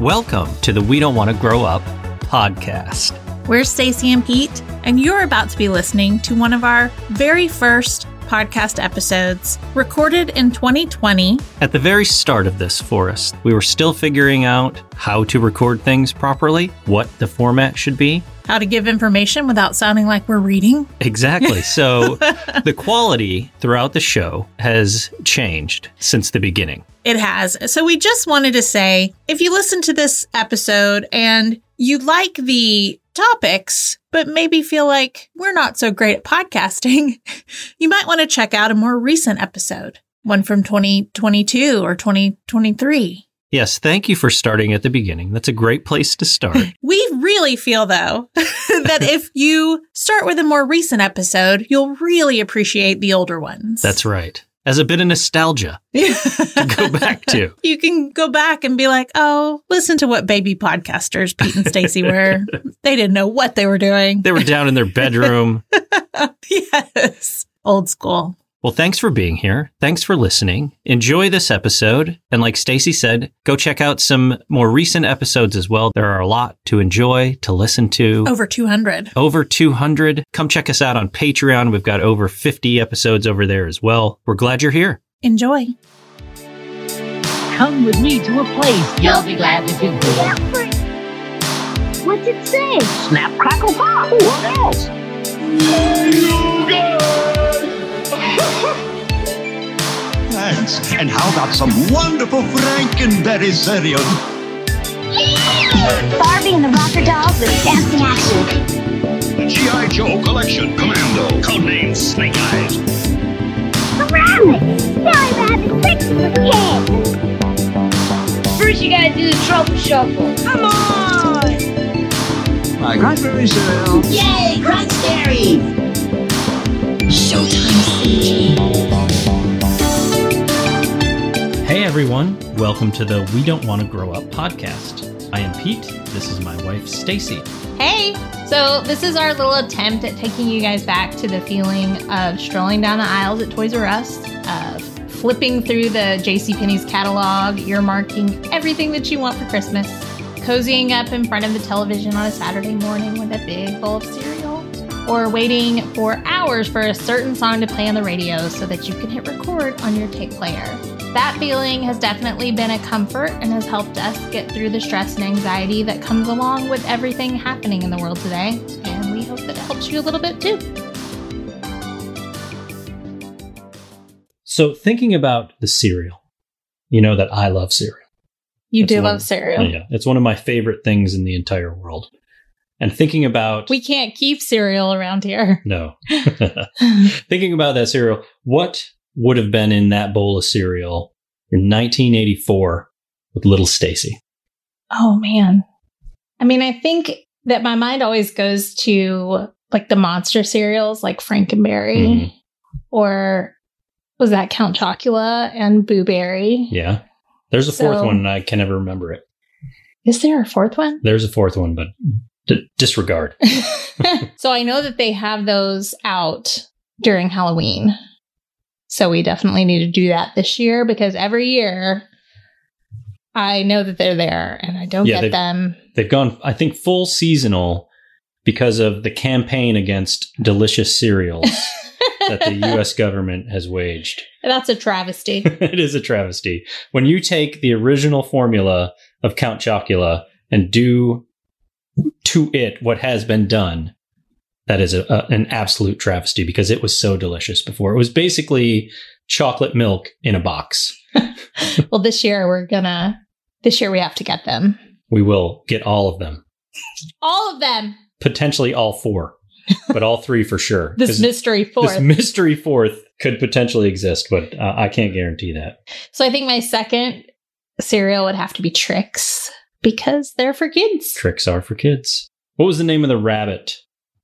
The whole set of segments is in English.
Welcome to the We Don't Want to Grow Up podcast. We're Stacy and Pete, and you're about to be listening to one of our very first podcast episodes recorded in 2020. At the very start of this forest, we were still figuring out how to record things properly, what the format should be. How to give information without sounding like we're reading. Exactly. So the quality throughout the show has changed since the beginning. It has. So we just wanted to say if you listen to this episode and you like the topics, but maybe feel like we're not so great at podcasting, you might want to check out a more recent episode, one from 2022 or 2023. Yes, thank you for starting at the beginning. That's a great place to start. We really feel though that if you start with a more recent episode, you'll really appreciate the older ones. That's right. As a bit of nostalgia to go back to. you can go back and be like, oh, listen to what baby podcasters Pete and Stacy were. they didn't know what they were doing. They were down in their bedroom. yes. Old school. Well, thanks for being here. Thanks for listening. Enjoy this episode. And like Stacy said, go check out some more recent episodes as well. There are a lot to enjoy, to listen to. Over 200. Over 200. Come check us out on Patreon. We've got over 50 episodes over there as well. We're glad you're here. Enjoy. Come with me to a place you'll be glad that you did. What's it say? Snap, crackle, pop. What else? Thanks. And how about some wonderful Frankenberry cereal? Barbie and the Rocker Dolls with dancing action. The G.I. Joe Collection Commando, codenamed Snake Eyes. Rabbit! Silly rabbit, tricks for kids! First, you gotta do the truffle shuffle. My cranberry cereal. Yay, Crunch Berries! Hey, everyone. Welcome to the We Don't Want to Grow Up podcast. I am Pete. This is my wife, Stacy. Hey! So, this is our little attempt at taking you guys back to the feeling of strolling down the aisles at Toys R Us, of flipping through the JCPenney's catalog, earmarking everything that you want for Christmas, cozying up in front of the television on a Saturday morning with a big bowl of cereal, or waiting for hours for a certain song to play on the radio so that you can hit record on your tape player. That feeling has definitely been a comfort and has helped us get through the stress and anxiety that comes along with everything happening in the world today. And we hope that it helps you a little bit too. So, thinking about the cereal, you know that I love cereal. You That's a do lot. love cereal. Yeah, it's one of my favorite things in the entire world. And thinking about We can't keep cereal around here. Oh, no, thinking about that cereal, what would have been in that bowl of cereal in 1984 with Little Stacy? Oh man. I mean, I think that my mind always goes to like the monster cereals like Frankenberry Mhm. or was that Count Chocula and Boo Berry? Yeah, there's a fourth So- one, and I can never remember it. Is there a fourth one? There's a fourth one, but d- disregard. so I know that they have those out during Halloween. So we definitely need to do that this year because every year I know that they're there and I don't Yeah, they've- get them. They've gone, I think, full seasonal because of the campaign against delicious cereals that the U.S. government has waged. That's a travesty. it is a travesty when you take the original formula of Count Chocula and do to it what has been done. That is a, a- an absolute travesty because it was so delicious before. It was basically chocolate milk in a box. well, this year we're gonna, this year we have to get them. We will get all of them, All of them. potentially all four, but all three for sure. This 'Cause mystery fourth. This mystery fourth could potentially exist, but uh, I can't guarantee that. so I think my second cereal would have to be Tricks because they're for kids. Tricks are for kids. What was the name of the rabbit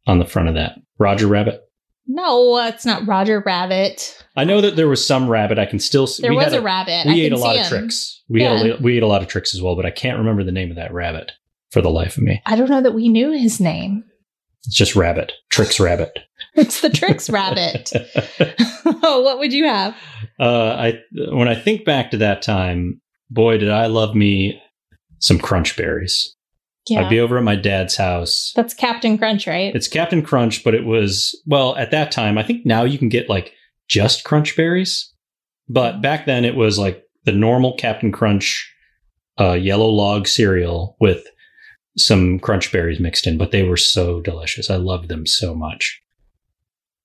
on the front of that? Roger Rabbit. No, it's not Roger Rabbit. I know that there was some rabbit. I can still see. There we was had a, rabbit. We I ate can a lot see of him. tricks. We had a, Yeah. li- we ate a lot of tricks as well, but I can't remember the name of that rabbit for the life of me. I don't know that we knew his name. It's just rabbit. Tricks rabbit. It's the Tricks Rabbit. oh, what would you have? uh, I when I think back to that time, boy, did I love me some crunch berries. Yeah. I'd be over at my dad's house. That's Captain Crunch, right? It's Captain Crunch, but it was, well, at that time, I think now you can get like just crunch berries. But back then it was like the normal Captain Crunch uh, yellow log cereal with some crunch berries mixed in, but they were so delicious. I loved them so much.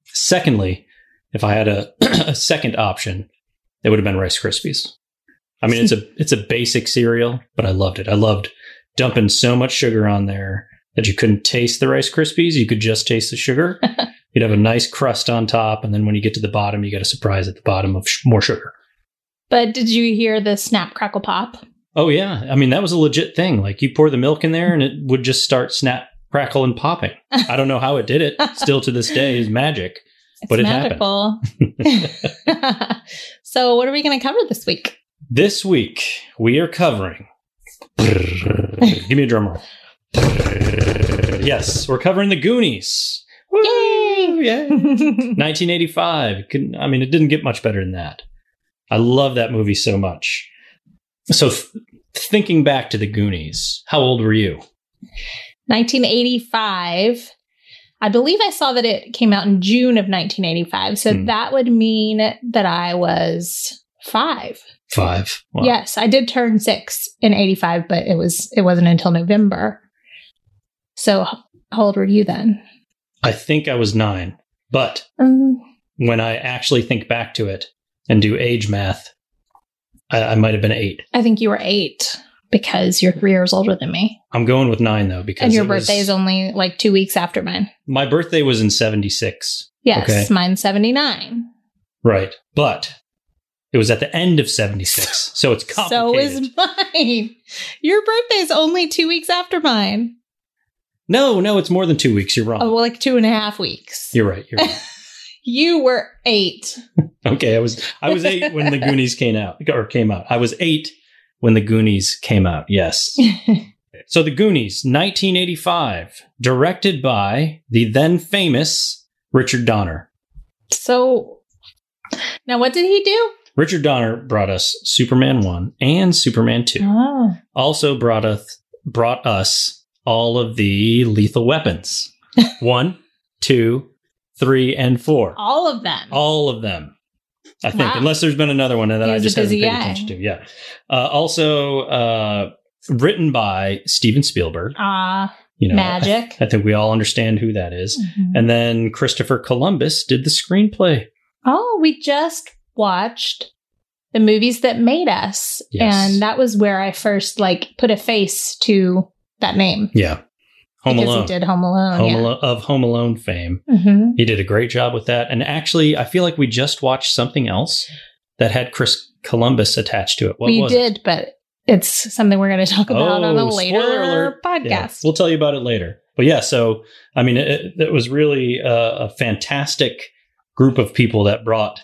Secondly, if I had a, a second option, it would have been Rice Krispies. I mean, it's a it's a basic cereal, but I loved it. I loved dumping so much sugar on there that you couldn't taste the Rice Krispies. You could just taste the sugar. You'd have a nice crust on top, and then when you get to the bottom, you got a surprise at the bottom of sh- more sugar. but did you hear the snap crackle pop? Oh yeah, I mean that was a legit thing. Like you pour the milk in there, and it would just start snap, crackle, and popping. I don't know how it did it. Still to this day, is magic. It's But it magical. so what are we gonna cover this week? This week we are covering. Give me a drum roll. yes, we're covering the Goonies. Woo! Yeah. 1985. It Couldn't, I mean, it didn't get much better than that. I love that movie so much. So, th- thinking back to the Goonies, how old were you? 1985. I believe I saw that it came out in June of 1985. So Hmm. that would mean that I was five. Five. Wow. Yes, I did turn six in 85, but it was it wasn't until November. So h- how old were you then? I think I was nine. But Um, when I actually think back to it and do age math, I, I might have been eight. I think you were eight because you're three years older than me. I'm going with nine though because And your it was- birthday is only like two weeks after mine. my birthday was in '76, Yes, Okay. mine's 79. right? But it was at the end of '76, so it's So complicated. is mine. Your birthday's only two weeks after mine. no, no, it's more than two weeks. You're wrong. Oh, well, like two and a half weeks. You're right. You're right. You were eight. okay, I was I was eight when the Goonies came out or came out. I was eight when the Goonies came out. Yes. So the Goonies, 1985, directed by the then famous Richard Donner. so now what did he do? Richard Donner brought us Superman 1 and Superman 2. Oh. also brought us brought us all of the lethal weapons. One, two, three, and four. All of them. All of them. I think, Wow. unless there's been another one that He I was a just haven't busy paid guy. attention to. Yeah. Uh, also uh, written by Steven Spielberg. Ah, You know, magic. I think we all understand who that is. Mhm. And then Christopher Columbus did the screenplay. Oh, we just watched the movies that made us. Yes. And that was where I first like put a face to that name. Yeah. Home because Alone. he did Home Alone. Home yeah. Alone of Home Alone fame. Mhm. He did a great job with that. And actually, I feel like we just watched something else that had Chris Columbus attached to it. What we was did, but it's something we're going to talk it? about on a Oh, later spoiler alert. Yeah, podcast. we'll tell you about it later. But yeah, so I mean, it, it was really uh, a, a fantastic group of people that brought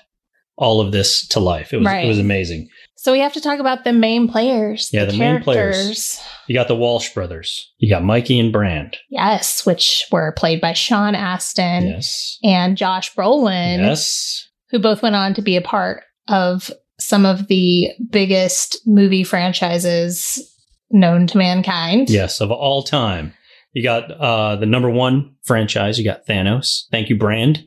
all of this to life. It was Right. it was amazing. so we have to talk about the main players. Yeah, the main players. characters. You got the Walsh brothers. You got Mikey and Brand. Yes, which were played by Sean Astin yes. and Josh Brolin, Yes. who both went on to be a part of some of the biggest movie franchises known to mankind. Yes. Of all time. You got uh, the number one franchise. You got Thanos. Thank you, Brand.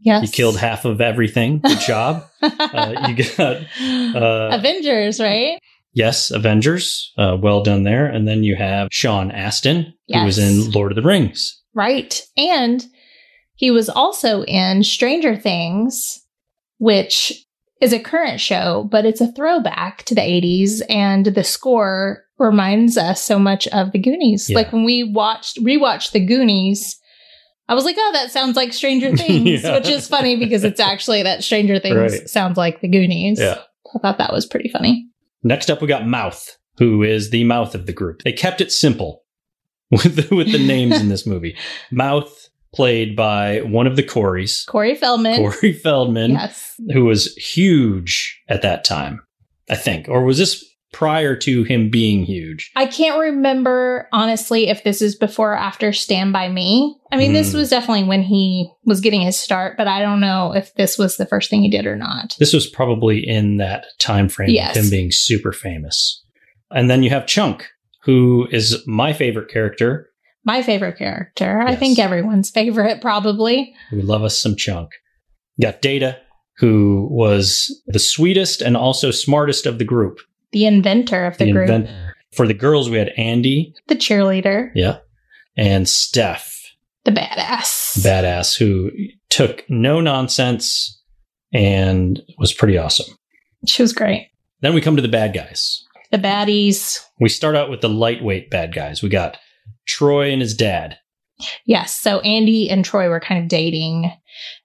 Yes. You killed half of everything. Good job. uh, you got uh, Avengers, right? yes, Avengers. Uh, well done there. And then you have Sean Astin, who was Yes. in Lord of the Rings. Right. And he was also in Stranger Things, which is a current show, but it's a throwback to the 80s. And the score reminds us so much of the Goonies. Yeah. Like when we watched, rewatched the Goonies, I was like, oh, that sounds like Stranger Things, Yeah. which is funny because it's actually that Stranger Things Right. sounds like the Goonies. Yeah. I thought that was pretty funny. Next up, we got Mouth, who is the mouth of the group. They kept it simple with the, with the names in this movie. Mouth, played by one of the Coreys, Corey Feldman. Corey Feldman, Yes. who was huge at that time, I think. Or was this prior to him being huge? I can't remember honestly if this is before or after Stand By Me. I mean, this Hmm. was definitely when he was getting his start, but I don't know if this was the first thing he did or not. This was probably in that time frame Yes. of him being super famous. And then you have Chunk, who is my favorite character. My favorite character. I Yes. think everyone's favorite, probably. We love us some Chunk. You got Data, who was the sweetest and also smartest of the group. The inventor of the, group, inventor. For the girls, we had Andy the cheerleader, and Steph, the badass. badass, who took no nonsense and was pretty awesome. she was great. Then we come to the bad guys. The baddies. We start out with the lightweight bad guys. We got Troy and his dad. Yes. So Andy and Troy were kind of dating,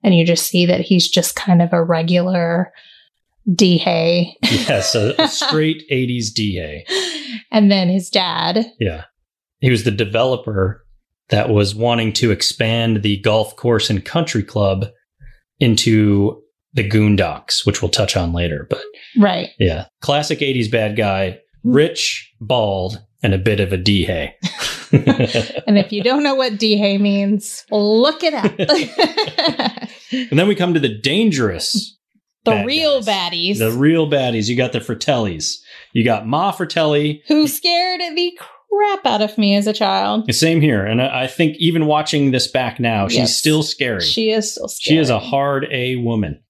and you just see that he's just kind of a regular D Hay. Yes, a, a straight 80s DA. and then his dad. Yeah. He was the developer that was wanting to expand the golf course and country club into the Goondocks, which we'll touch on later. But Right. yeah, classic 80s bad guy, Hmm. rich, bald, and a bit of a D hay. and And if you don't know what D Hay means, look it up. the then we come to the dangerous Bad real guys. baddies. The real baddies. You got the Fratellis. You got Ma Fratelli. who scared the crap out of me as a child. Same here. And I I think even watching this back now, she's Yes. still scary. She, She is so scary. is a hard A woman.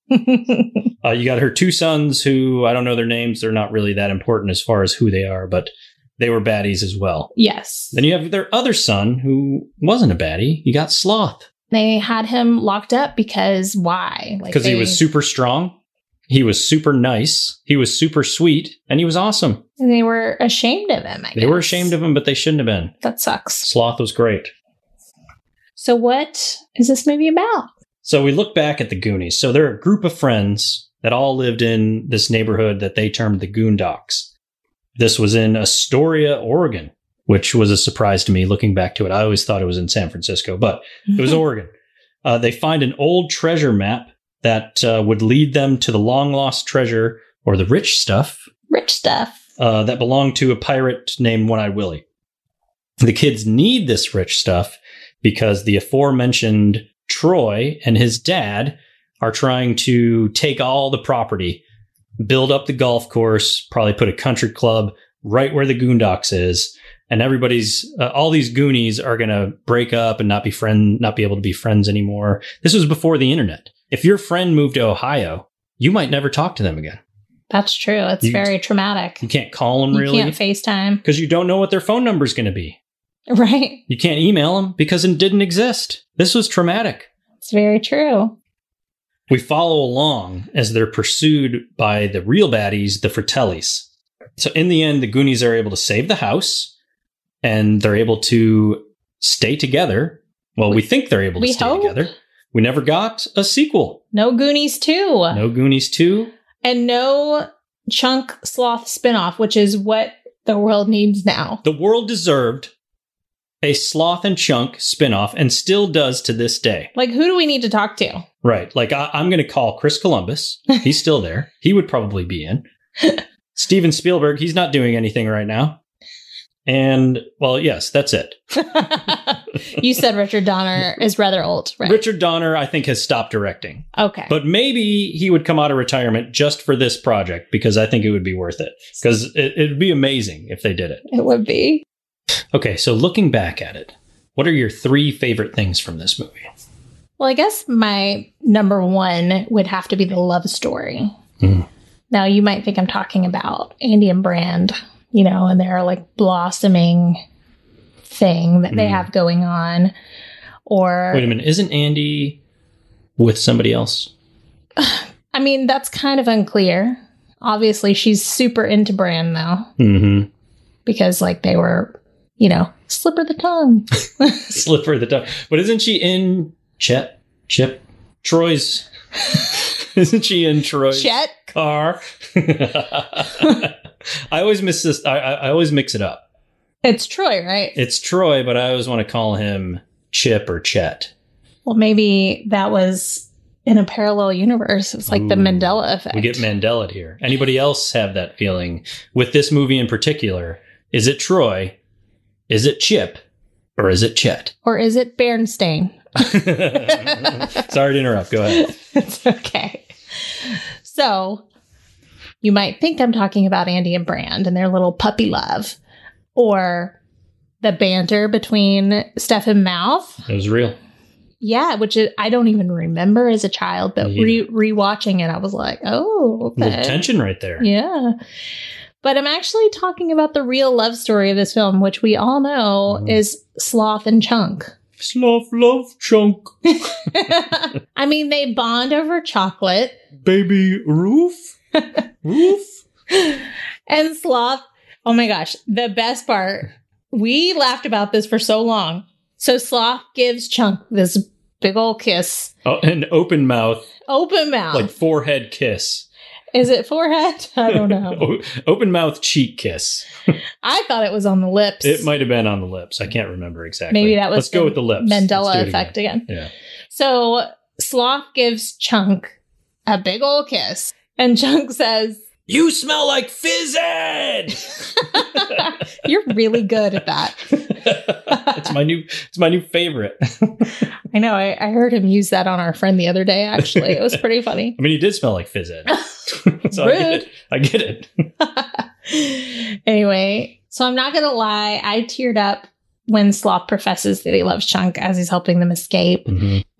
Uh, you got her two sons who I don't know their names. They're not really that important as far as who they are, but they were baddies as well. yes. Then you have their other son who wasn't a baddie. You got Sloth They had him locked up because why? Like because he they- was super strong. He was super nice. He was super sweet and he was awesome. They were ashamed of him. I They were ashamed of him, but they shouldn't have been. That sucks. Sloth was great. So what is this movie about? So we look back at the Goonies. So they're a group of friends that all lived in this neighborhood that they termed the Goondocks. This was in Astoria, Oregon, which was a surprise to me looking back to it. I always thought it was in San Francisco, but it was Oregon. Uh, they find an old treasure map that uh, would lead them to the long lost treasure or the rich stuff rich stuff. uh, that belonged to a pirate named One Eyed Willie. The kids need this rich stuff because the aforementioned Troy and his dad are trying to take all the property, build up the golf course, probably put a country club right where the Goondocks is. And everybody's, uh, all these Goonies are going to break up and not be friend, not be able to be friends anymore. This was before the internet. If your friend moved to Ohio, you might never talk to them again. That's true. It's You- very traumatic. You can't call them really You can't FaceTime, because you don't know what their phone number is going to be. right? You can't email them because it didn't exist. This was traumatic. It's very true. We follow along as they're pursued by the real baddies, the Fratellis. So in the end, the Goonies are able to save the house and they're able to stay together. Well, we, think they're able to we stay hope. together. We never got a sequel. No Goonies too, No Goonies 2. and no Chunk Sloth spinoff, which is what the world needs now. The world deserved a Sloth and Chunk spinoff and still does to this day. Like, who do we need to talk to? Right. Like I, I'm going to call Chris Columbus. He's still there. He would probably be in. Steven Spielberg. He's not doing anything right now. And well, yes, that's it. you said Richard Donner is rather old, right? Richard Donner, I think, has stopped directing, okay. but maybe he would come out of retirement just for this project because I think it would be worth it because it, it'd be amazing if they did it. it would be. Okay. So looking back at it, what are your three favorite things from this movie? Well, I guess my number one would have to be the love story. Hmm. Now, you might think I'm talking about Andy and Brand, you know, and their like blossoming thing that they Hmm. have going on. Or, Wait a minute. Isn't Andy with somebody else? I mean, that's kind of unclear. Obviously, she's super into Brand though, Mm hmm. because like they were, you know, slip of the tongue. Slipper the dog. But isn't she in Chet? Chip? Troy's. isn't she in Troy's Chet. car? I always miss this. I, I, I always mix it up. It's Troy, right? It's Troy, but I always want to call him Chip or Chet. Well, maybe that was in a parallel universe. It's like the Ooh. Mandela effect. We get Mandela here. Anybody else have that feeling with this movie in particular? Is it Troy? Is it Chip? Or is it Chet? or is it Bernstein? Sorry to interrupt. Go ahead. it's okay. So you might think I'm talking about Andy and Brand and their little puppy love, or the banter between Steph and Mouth. It was real. Yeah, which is, I don't even remember as a child, but Me re- rewatching it, I was like, A oh, little okay. tension right there. Yeah. But I'm actually talking about the real love story of this film, which we all know Mhm. is Sloth and Chunk. Sloth love chunk, I mean, they bond over chocolate, baby roof, roof. and sloth oh my gosh the best part we laughed about this for so long so sloth gives chunk this big old kiss Oh, an open mouth, open mouth like forehead kiss. is it forehead i don't know O- open mouth cheek kiss. i thought it was on the lips It might have been on the lips. I can't remember exactly. Maybe that was Let's go the with the lips. Let's do mandela it effect again. again. Yeah. so sloth gives chunk a big old kiss and chunk says You smell like fizz ed. you're really good at that it's my new. It's my new favorite. i know I, I heard him use that on our friend the other day actually it was pretty funny I mean, he did smell like fizz ed. so I get Rude. it. I get it. anyway, so I'm not gonna lie, I teared up when Sloth professes that he loves Chunk as he's helping them escape.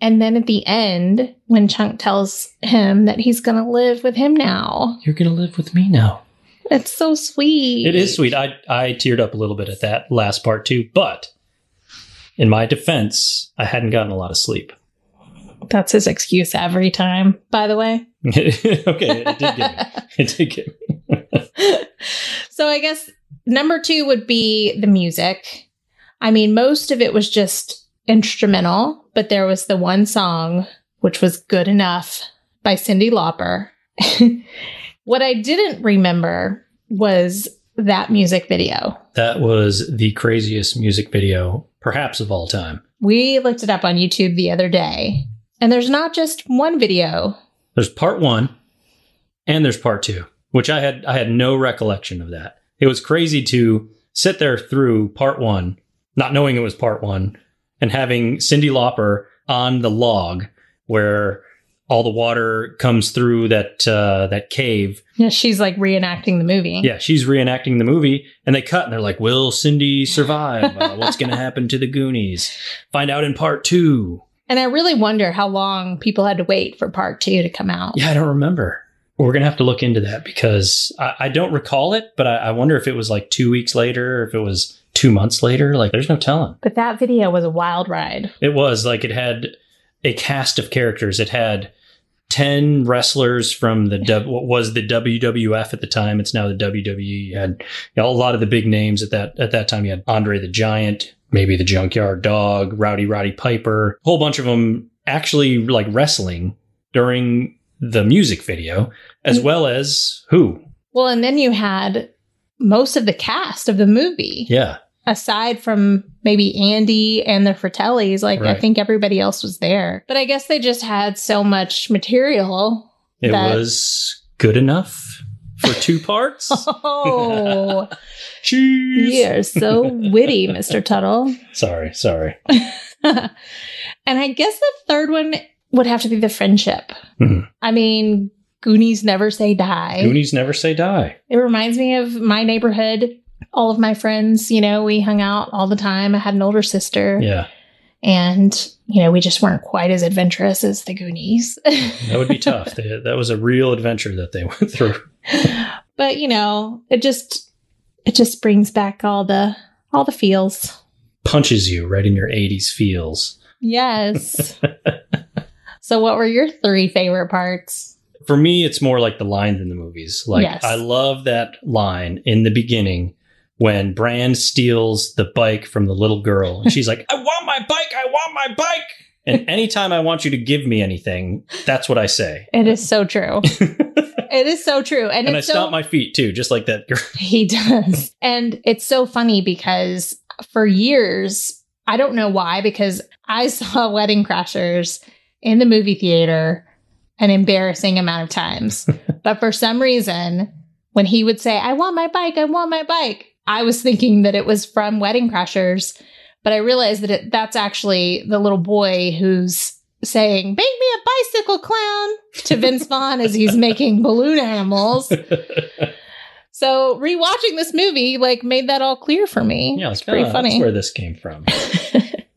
And then at the end, when Chunk tells him that he's gonna live with him now. You're gonna live with me now. It's so sweet. It is sweet. I I teared up a little bit at that last part too, but in my defense, I hadn't gotten a lot of sleep. That's his excuse every time, by the way. okay, it did get me. It did get me. so I guess number two would be the music. I mean, most of it was just instrumental, but there was the one song, which was Good Enough by Cindy Lauper. what I didn't remember was that music video. That was the craziest music video, perhaps of all time. We looked it up on YouTube the other day, and there's not just one video. There's part one, and there's part two, which I had I had no recollection of that. It was crazy to sit there through part one, not knowing it was part one, and having Cindy Lauper on the log where all the water comes through that uh, that cave Yeah, She's like reenacting the movie. Yeah, she's reenacting the movie, and they cut, and they're like, "Will Cindy survive? Uh, what's going to happen to the Goonies? Find out in part two. And I really wonder how long people had to wait for part two to come out. Yeah, I don't remember. We're gonna have to look into that because I, I don't recall it, but I, I wonder if it was like two weeks later, or if it was two months later. Like, there's no telling. But that video was a wild ride. It was like it had a cast of characters. It had ten wrestlers from the W- what was the WWF at the time. It's now the WWE. You had you know, a lot of the big names at that at that time. You had Andre the Giant, maybe the Junkyard Dog, Rowdy Roddy Piper, a whole bunch of them actually like wrestling during the music video, as well as who? Well, and then you had most of the cast of the movie, Yeah, aside from maybe Andy and the Fratellis. Like, I Right. think everybody else was there. But I guess they just had so much material. it That- was good enough for two parts. Oh, Cheers. you're so witty, Mr. Tuttle. Sorry, sorry. and I guess the third one would have to be the friendship. Mhm. I mean, Goonies never say die. Goonies never say die. It reminds me of my neighborhood. All of my friends, you know, we hung out all the time. I had an older sister, Yeah, and you know, we just weren't quite as adventurous as the Goonies. that would be tough. They- that was a real adventure that they went through. but you know, it just it just brings back all the all the feels. Punches you right in your 80s feels. Yes. so, what were your three favorite parts? For me, it's more like the lines in the movies. Like, Yes. I love that line in the beginning when Brand steals the bike from the little girl. And she's like, I want my bike. I want my bike. And anytime I want you to give me anything, that's what I say. It is so true. it is so true, and, And I it's so stomp my feet too, just like that girl. He does. And it's so funny because for years, I don't know why, because I saw Wedding Crashers in the movie theater an embarrassing amount of times. but for some reason, when he would say, I want my bike, I want my bike, I was thinking that it was from Wedding Crashers. But I realized that it, that's actually the little boy who's saying, Make me a bicycle clown to Vince Vaughn as he's making balloon animals. So rewatching this movie like made that all clear for me. Yeah, it's like, pretty "Ah, That's funny. where this came from.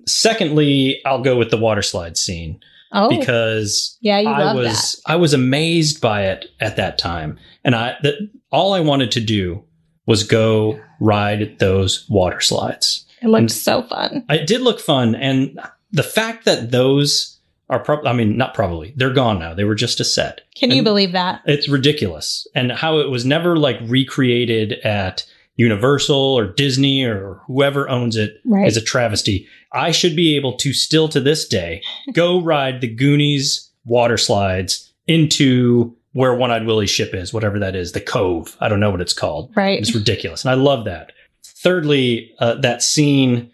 Secondly, I'll go with the water slide scene oh, because yeah, you I love was I was amazed by it at that time, and I that all I wanted to do was go ride those water slides. that. It looked so fun. It did look fun, and the fact that those are probably I mean not probably they're gone now. They were just a set. Can you And- believe that? It's ridiculous, and how it was never like recreated at Universal or Disney or whoever owns it Right. is a travesty. I should be able to still to this day go ride the Goonies water slides into where One Eyed Willie's ship is, whatever that is, the cove. I don't know what it's called. right. It's ridiculous. And I love that. Thirdly, uh, that scene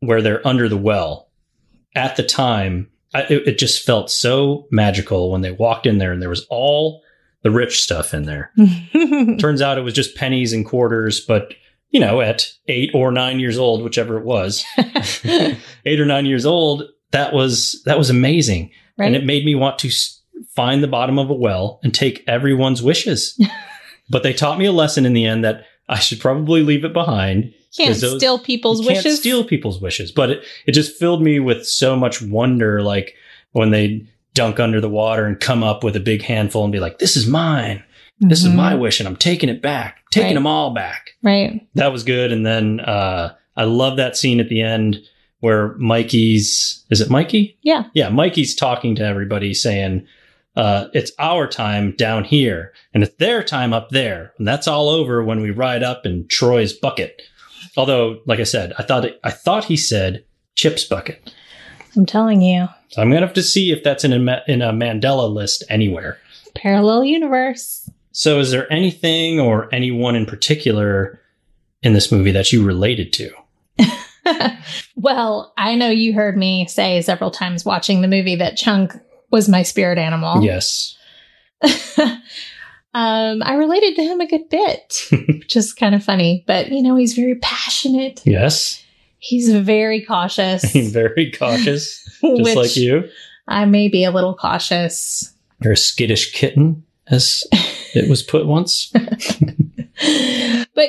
where they're under the well at the time, I, it, it just felt so magical when they walked in there and there was all the rich stuff in there. Turns out it was just pennies and quarters, but you know, at eight or nine years old, whichever it was, eight or nine years old, that was that was amazing, right. and it made me want to s- find the bottom of a well and take everyone's wishes. but they taught me a lesson in the end that I should probably leave it behind. can't is those- steal people's you can't wishes. steal people's wishes, but it, it just filled me with so much wonder, like when they dunk under the water and come up with a big handful and be like, "This is mine. This is Mhm. my wish, and I'm taking it back, taking Right. them all back." Right. that was good. And then uh, I love that scene at the end where Mikey's is it Mikey? Yeah. yeah. Mikey's talking to everybody, saying, uh, "It's our time down here, and it's their time up there, and that's all over when we ride up in Troy's bucket." Although, like I said, I thought it, I thought he said Chip's bucket. I'm telling you. So I'm gonna have to see if that's in a Ma- in a Mandela list anywhere. Parallel universe. So, is there anything or anyone in particular in this movie that you related to? well, I know you heard me say several times watching the movie that Chunk was my spirit animal. Yes. um, I related to him a good bit, which is kind of funny. But you know, he's very passionate. Yes. He's very cautious, I'm very cautious, just which like you. I may be a little cautious. You're a skittish kitten, as it was put once. but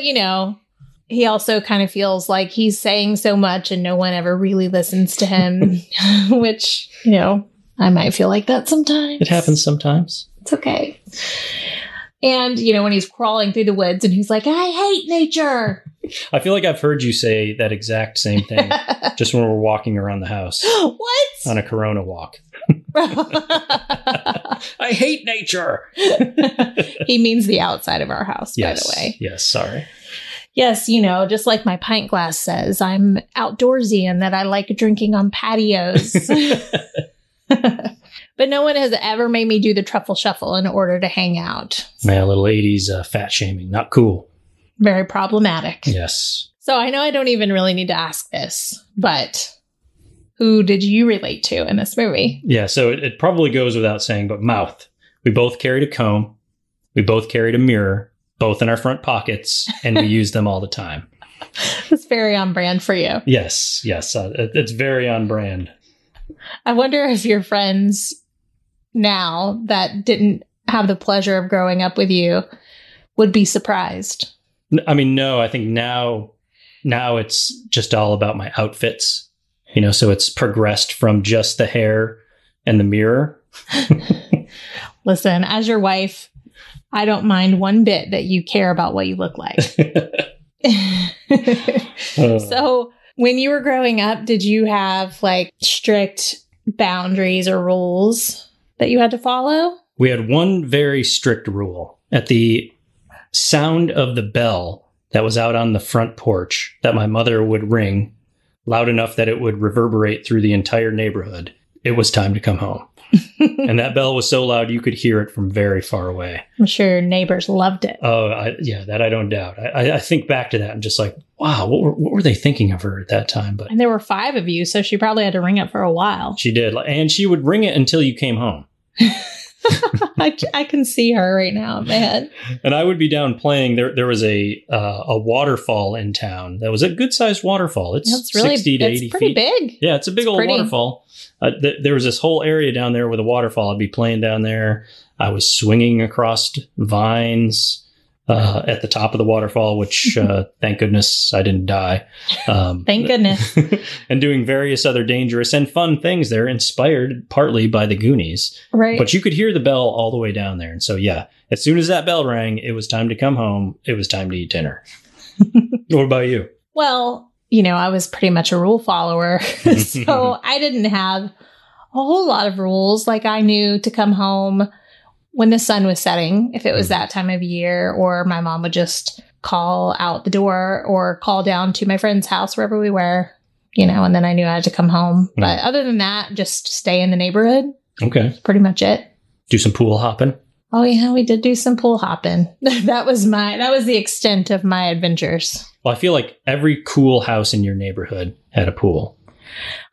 you know, he also kind of feels like he's saying so much and no one ever really listens to him, which, you know, I might feel like that sometimes. It happens sometimes. It's okay. And, you know, when he's crawling through the woods and he's like, I hate nature. I feel like I've heard you say that exact same thing just when we're walking around the house what? on a corona walk. Uh. I hate nature. he means the outside of our house, by Yes. the way. Yes, sorry. Yes, you know, just like my pint glass says, I'm outdoorsy and that I like drinking on patios. but no one has ever made me do the truffle shuffle in order to hang out. Man, little 80s uh, fat shaming. Not cool. Very problematic. Yes. So I know I don't even really need to ask this, but who did you relate to in this movie? Yeah, so it, it probably goes without saying, but mouth. We both carried a comb. We both carried a mirror, both in our front pockets, and we use them all the time. It's very on brand for you. Yes, yes, uh, it- it's very on brand. I wonder if your friends now that didn't have the pleasure of growing up with you would be surprised. N- I mean, no, I think now, now it's just all about my outfits. You know, so it's progressed from just the hair and the mirror. Listen, as your wife, I don't mind one bit that you care about what you look like. Oh. Uh, so, when you were growing up, did you have like strict boundaries or rules that you had to follow? we had one very strict rule at the sound of the bell that was out on the front porch that my mother would ring loud enough that it would reverberate through the entire neighborhood. It was time to come home. and that bell was so loud you could hear it from very far away. I'm sure your neighbors loved it. Oh, I, yeah, that I don't doubt. I, I, I think back to that and just like, wow, what were, what were they thinking of her at that time? But And there were five of you, so she probably had to ring it for a while. she did. Like, And she would ring it until you came home. I, I can see her right now, man. And I would be down playing. There, there was a uh, a waterfall in town that was a good sized waterfall. It's, It's really, 60 to it's 80 pretty feet. big. Yeah, it's a big old pretty. waterfall. Uh, th- there was this whole area down there with a waterfall. I'd be playing down there. I was swinging across vines. uh, at the top of the waterfall, which uh, thank goodness I didn't die. Um, Thank goodness. and doing various other dangerous and fun things there, inspired partly by the Goonies. Right. But you could hear the bell all the way down there. And so, yeah, as soon as that bell rang, it was time to come home. It was time to eat dinner. what about you? Well, you know, I was pretty much a rule follower. so I didn't have a whole lot of rules. Like I knew to come home when the sun was setting, if it was Mhm. that time of year, or my mom would just call out the door or call down to my friend's house, wherever we were, you know, and then I knew I had to come home. But other than that, just stay in the neighborhood, Okay. pretty much it. Do some pool hopping. Oh yeah, we did do some pool hopping. that was my that was the extent of my adventures. Well, I feel like every cool house in your neighborhood had a pool.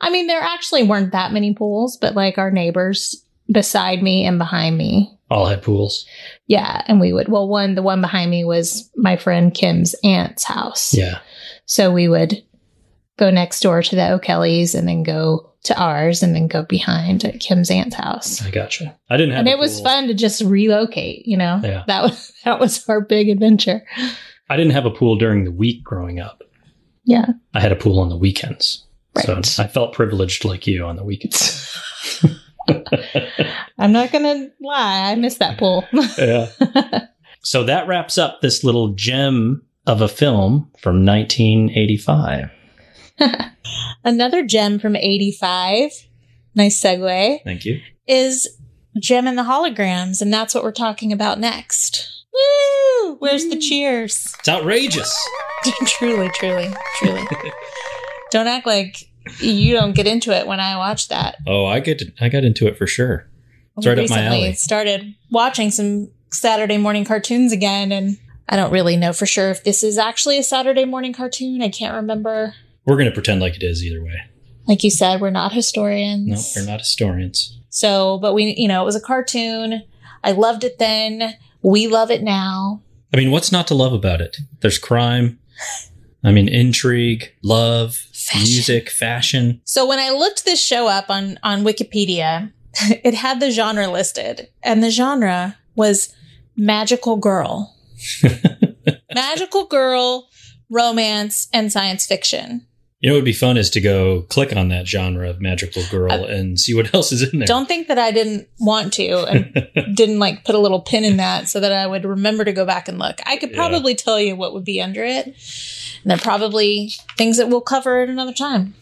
I mean, there actually weren't that many pools, but like our neighbors beside me and behind me. All had pools. Yeah. And we would, well, one, the one behind me was my friend Kim's aunt's house. Yeah. So we would go next door to the O'Kellys and then go to ours and then go behind at Kim's aunt's house. I gotcha. I didn't have And a it was pool. fun to just relocate, you know? Yeah. That was that was our big adventure. I didn't have a pool during the week growing up. Yeah. I had a pool on the weekends. Right. So I felt privileged like you on the weekends. I'm not gonna lie, I miss that pool. yeah. So that wraps up this little gem of a film from 1985. Another gem from 85. Nice segue. Thank you. is Jim and the holograms, and that's what we're talking about next. Woo! Where's the cheers? It's outrageous. truly, truly, truly. don't act like you don't get into it when I watch that. Oh, I get to, I got into it for sure. It's right up my Recently alley. started watching some Saturday morning cartoons again, and I don't really know for sure if this is actually a Saturday morning cartoon. I can't remember. We're going to pretend like it is either way. Like you said, we're not historians. No, we're not historians. So, but we, you know, it was a cartoon. I loved it then. We love it now. I mean, what's not to love about it? There's crime. I mean, intrigue, love, Fashion. music, fashion. So when I looked this show up on on Wikipedia, it had the genre listed, and the genre was magical girl. magical girl romance and science fiction. You know, what would be fun is to go click on that genre of magical girl and see what else is in there. Don't think that I didn't want to and didn't like put a little pin in that so that I would remember to go back and look. I could Yeah. probably tell you what would be under it. And they're probably things that we'll cover at another time.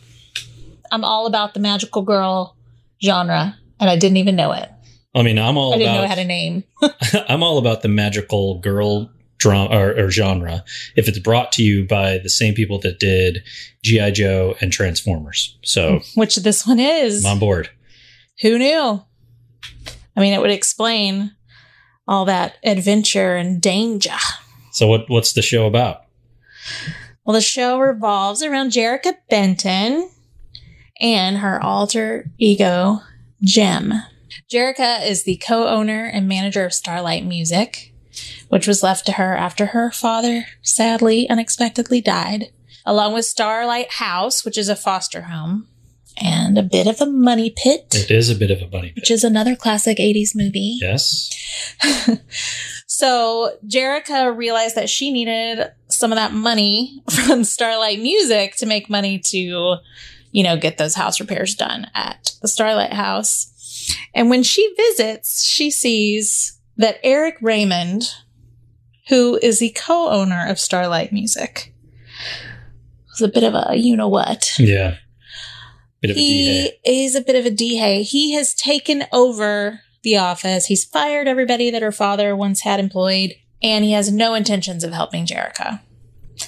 I'm all about the magical girl genre, and I didn't even know it. I mean, I'm all I didn't know it about had a name. I'm all about the magical girl drama or, or genre if it's brought to you by the same people that did GI Joe and Transformers. So which this one is. I'm on board. Who knew? I mean, it would explain all that adventure and danger. So what what's the show about? Well, the show revolves around Jerrica Benton and her alter ego, Jem. Jerrica is the co owner and manager of Starlight Music, which was left to her after her father sadly, unexpectedly died, along with Starlight House, which is a foster home, and a bit of a money pit. It is a bit of a bunny which pit. is another classic 80s movie. Yes. So Jerica realized that she needed some of that money from Starlight Music to make money to, you know, get those house repairs done at the Starlight House. And when she visits, she sees that Eric Raymond, who is the co owner of Starlight Music, was a bit of a you know what Yeah. Bit of a DA. he is a bit of a DA. He has taken over the office. He's fired everybody that her father once had employed, and he has no intentions of helping Jerica.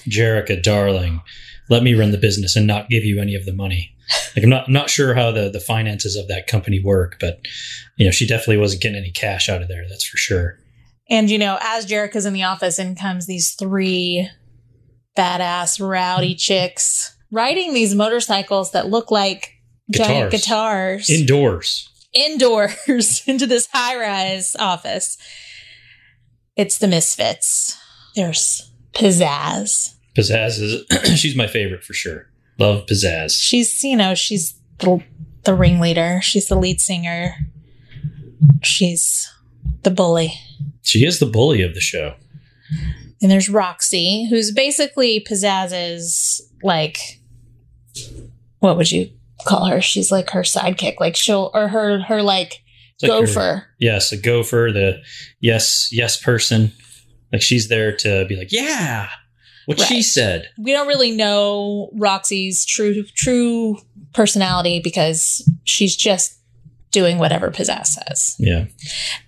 Jerica, darling, let me run the business and not give you any of the money. Like I'm not I'm not sure how the, the finances of that company work, but you know, she definitely wasn't getting any cash out of there, that's for sure. And you know, as Jerica's in the office, in comes these three badass rowdy chicks riding these motorcycles that look like giant guitars Indoors. indoors into this high rise office. It's the misfits. There's pizzazz. Pizzazz is she's my favorite for sure. Love Pizzazz. she's you know she's the, the ringleader she's the lead singer she's the bully She is the bully of the show. And there's Roxy, who's basically pizzazzes like what would you call her? She's like her sidekick, like she'll or her her like It's like your- gopher. yes, a gopher, the yes, yes person. Like she's there to be like, yeah, what she Right. said. we don't really know Roxy's true true personality because she's just doing whatever Pizzazz says. Yeah.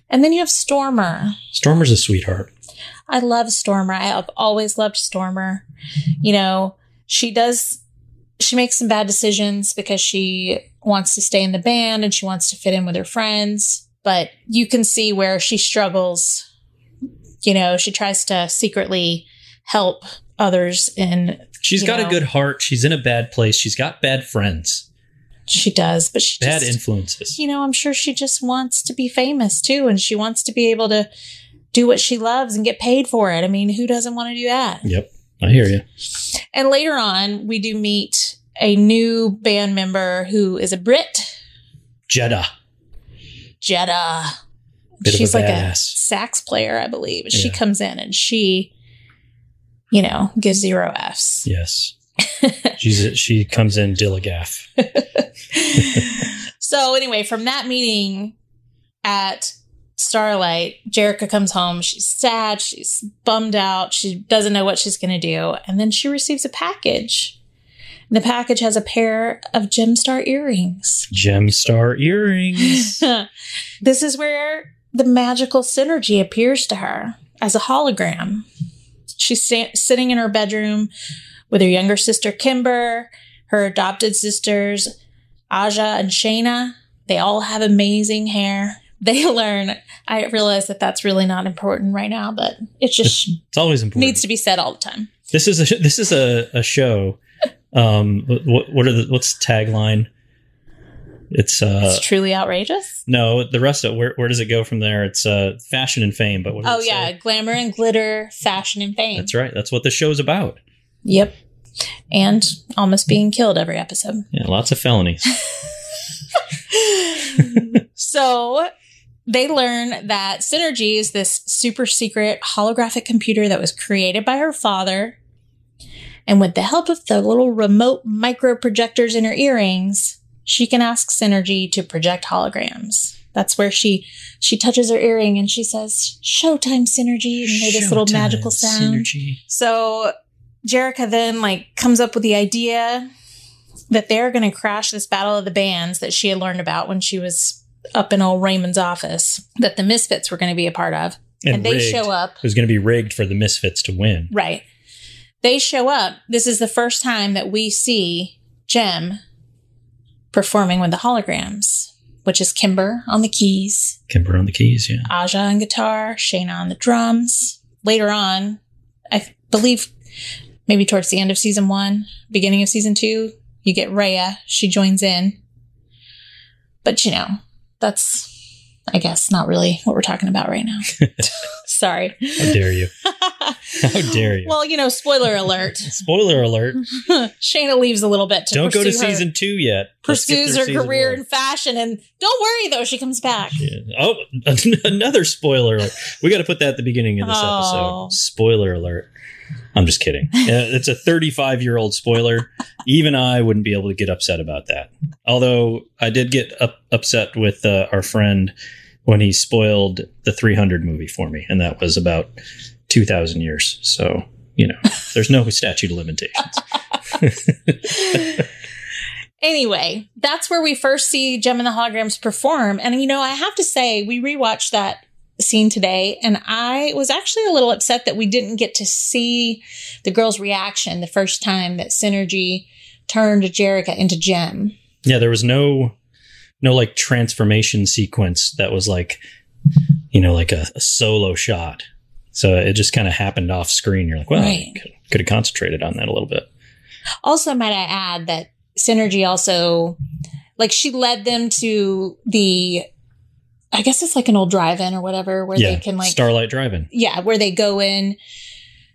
And then you have Stormer. Stormer's a sweetheart. I love Stormer. I have always loved Stormer. You know, she does she makes some bad decisions because she wants to stay in the band and she wants to fit in with her friends, but you can see where she struggles. You know, she tries to secretly help others in She's You got know. a good heart. She's in a bad place. She's got bad friends, she does, but she bad just, influences. you know, I'm sure she just wants to be famous too, and she wants to be able to do what she loves and get paid for it. I mean, who doesn't want to do that? Yep. I hear you. And later on, we do meet a new band member who is a Brit, Jeddah. Jetta. Bit She's of a like a badass. sax player, I believe. She Yeah. comes in and she, you know, gives zero Fs. yes. She's a, she comes in Dillagaff. so anyway, from that meeting at Starlight, Jerica comes home. She's sad. She's bummed out. She doesn't know what she's going to do. And then she receives a package. And the package has a pair of Gemstar earrings. Gemstar earrings. this is where the magical synergy appears to her as a hologram. She's sta- sitting in her bedroom with her younger sister Kimber, her adopted sisters Aja and Shayna. They all have amazing hair. They learn. I realize that that's really not important right now, but it just It's always important. needs to be said all the time. this is a sh- this is a, a show. Um, what, what are the what's the tagline? It's uh it's truly outrageous. no the rest of it, where where does it go from there? It's uh fashion and fame. But what does Oh it say? yeah, glamour and glitter, fashion and fame. that's right. That's what the show's about. Yep. And almost being killed every episode. Yeah, lots of felonies. so they learn that Synergy is this super secret holographic computer that was created by her father. And with the help of the little remote micro projectors in her earrings, she can ask Synergy to project holograms. That's where she she touches her earring and she says, Showtime Synergy, and made this little Showtime, magical sound. Synergy. So Jerica then like comes up with the idea that they're going to crash this battle of the bands that she had learned about when she was up in old Raymond's office that the Misfits were going to be a part of. And, they rigged. show up. It was going to be rigged for the misfits to win. Right. They show up. This is the first time that we see Jem performing with the holograms, which is Kimber on the keys, Kimber on the keys. Yeah. Aja on guitar, Shayna on the drums. Later on, I f- believe maybe towards the end of season one, beginning of season two, you get Rhea. She joins in. But you know, that's, I guess, not really what we're talking about right now. Sorry. How dare you? How dare you? Well, you know, spoiler alert. Spoiler alert. Shayna leaves a little Mm-hmm. bit to Don't go to pursue her- season two yet. Let's get pursues through her season career one. in fashion, and don't worry though, she comes back. Yeah. Oh, another spoiler alert. We got to put that at the beginning of this Oh. episode. Spoiler alert. I'm just kidding. Uh, it's a 35 year old spoiler. Even I wouldn't be able to get upset about that. Although I did get up, upset with uh, our friend when he spoiled the 300 movie for me, and that was about 2,000 years. So, you know, there's no statute of limitations. anyway, that's where we first see Gem and the Holograms perform. And, you know, I have to say, we rewatched that scene today, and I was actually a little upset that we didn't get to see the girl's reaction the first time that Synergy turned Jerica into Gem. Yeah, there was no no like transformation sequence that was like you know like a, a solo shot. So it just kind of happened off screen. You're like, well, Right. could have concentrated on that a little bit. Also, might I add that Synergy also, like, she led them to the, I guess it's like an old drive in or whatever, where yeah, they can, like, Starlight Driving. yeah, where they go in,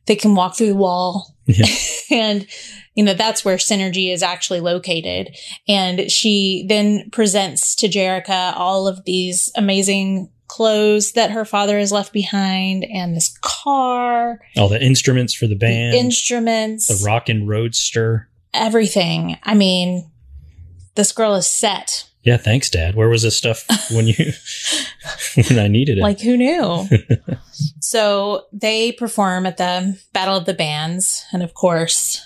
they can walk through the wall. Yeah. and, you know, that's where Synergy is actually located. And she then presents to Jerica all of these amazing clothes that her father has left behind and this car, All the instruments for the the band, instruments, the rockin' roadster. everything. I mean, this girl is set. Yeah, thanks, Dad. Where was this stuff when you when I needed it? Like, who knew? so they perform at the Battle of the Bands. And of course,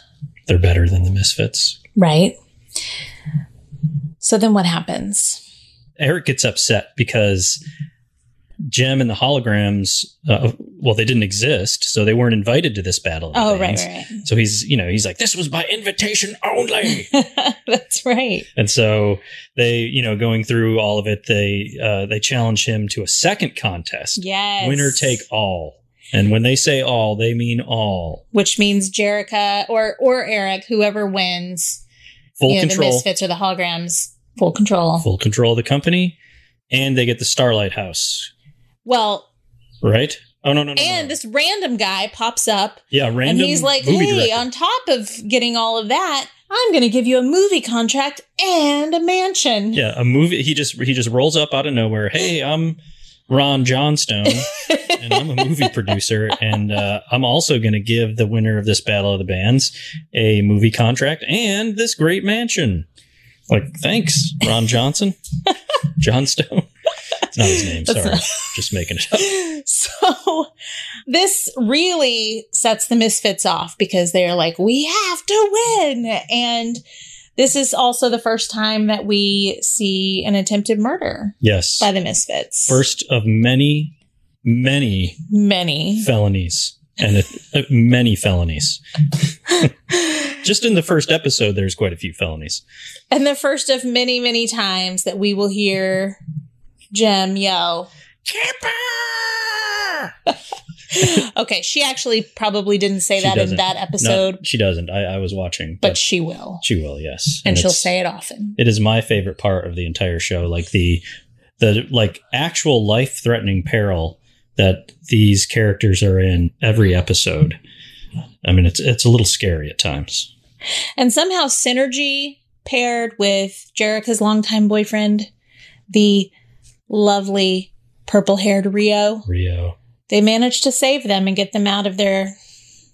They're better than the Misfits. right? So then what happens? Eric gets upset because Jim and the holograms, uh, well, they didn't exist, so they weren't invited to this battle. of the Oh, right, bands. right, So he's, you know, he's like, this was by invitation only. right. That's right. and so they, you know, going through all of it, they uh, they challenge him to a second contest, Yes. winner take all. And when they say all, they mean all, Which means Jerica or or Eric, whoever wins, full you know, the control, misfits or the holograms, full control. full control of the company, and they get the Starlight House, Well, right? Oh no, no, no, and no. this random guy pops up yeah, random. and he's like, movie "Hey, director. on top of getting all of that, I'm going to give you a movie contract and a mansion." Yeah, a movie. He just he just rolls up out of nowhere. Hey, I'm Ron Johnstone, and I'm a movie producer, and uh, I'm also going to give the winner of this battle of the bands a movie contract and this great mansion. Like, thanks, Ron Johnson, Johnstone. It's not his name. That's Sorry, not- just making it up. so this really sets the misfits off because they're like, we have to win. And this is also the first time that we see an attempted murder Yes, by the misfits. first of many, many many. felonies and uh, many felonies. Just in the first episode, there's quite a few felonies. And the first of many, many times that we will hear Jem yell, Kipper! okay, she actually probably didn't say She that doesn't. in that episode, No, she doesn't. I, I was watching, but she will. she will. Yes, And, she'll it's- say it often. it is my favorite part of the entire show. Like the the like actual life threatening peril that these characters are in every episode. I mean, it's it's a little scary at times. And somehow synergy paired with Jerica's longtime boyfriend, the lovely purple haired Rio, Rio. they managed to save them and get them out of their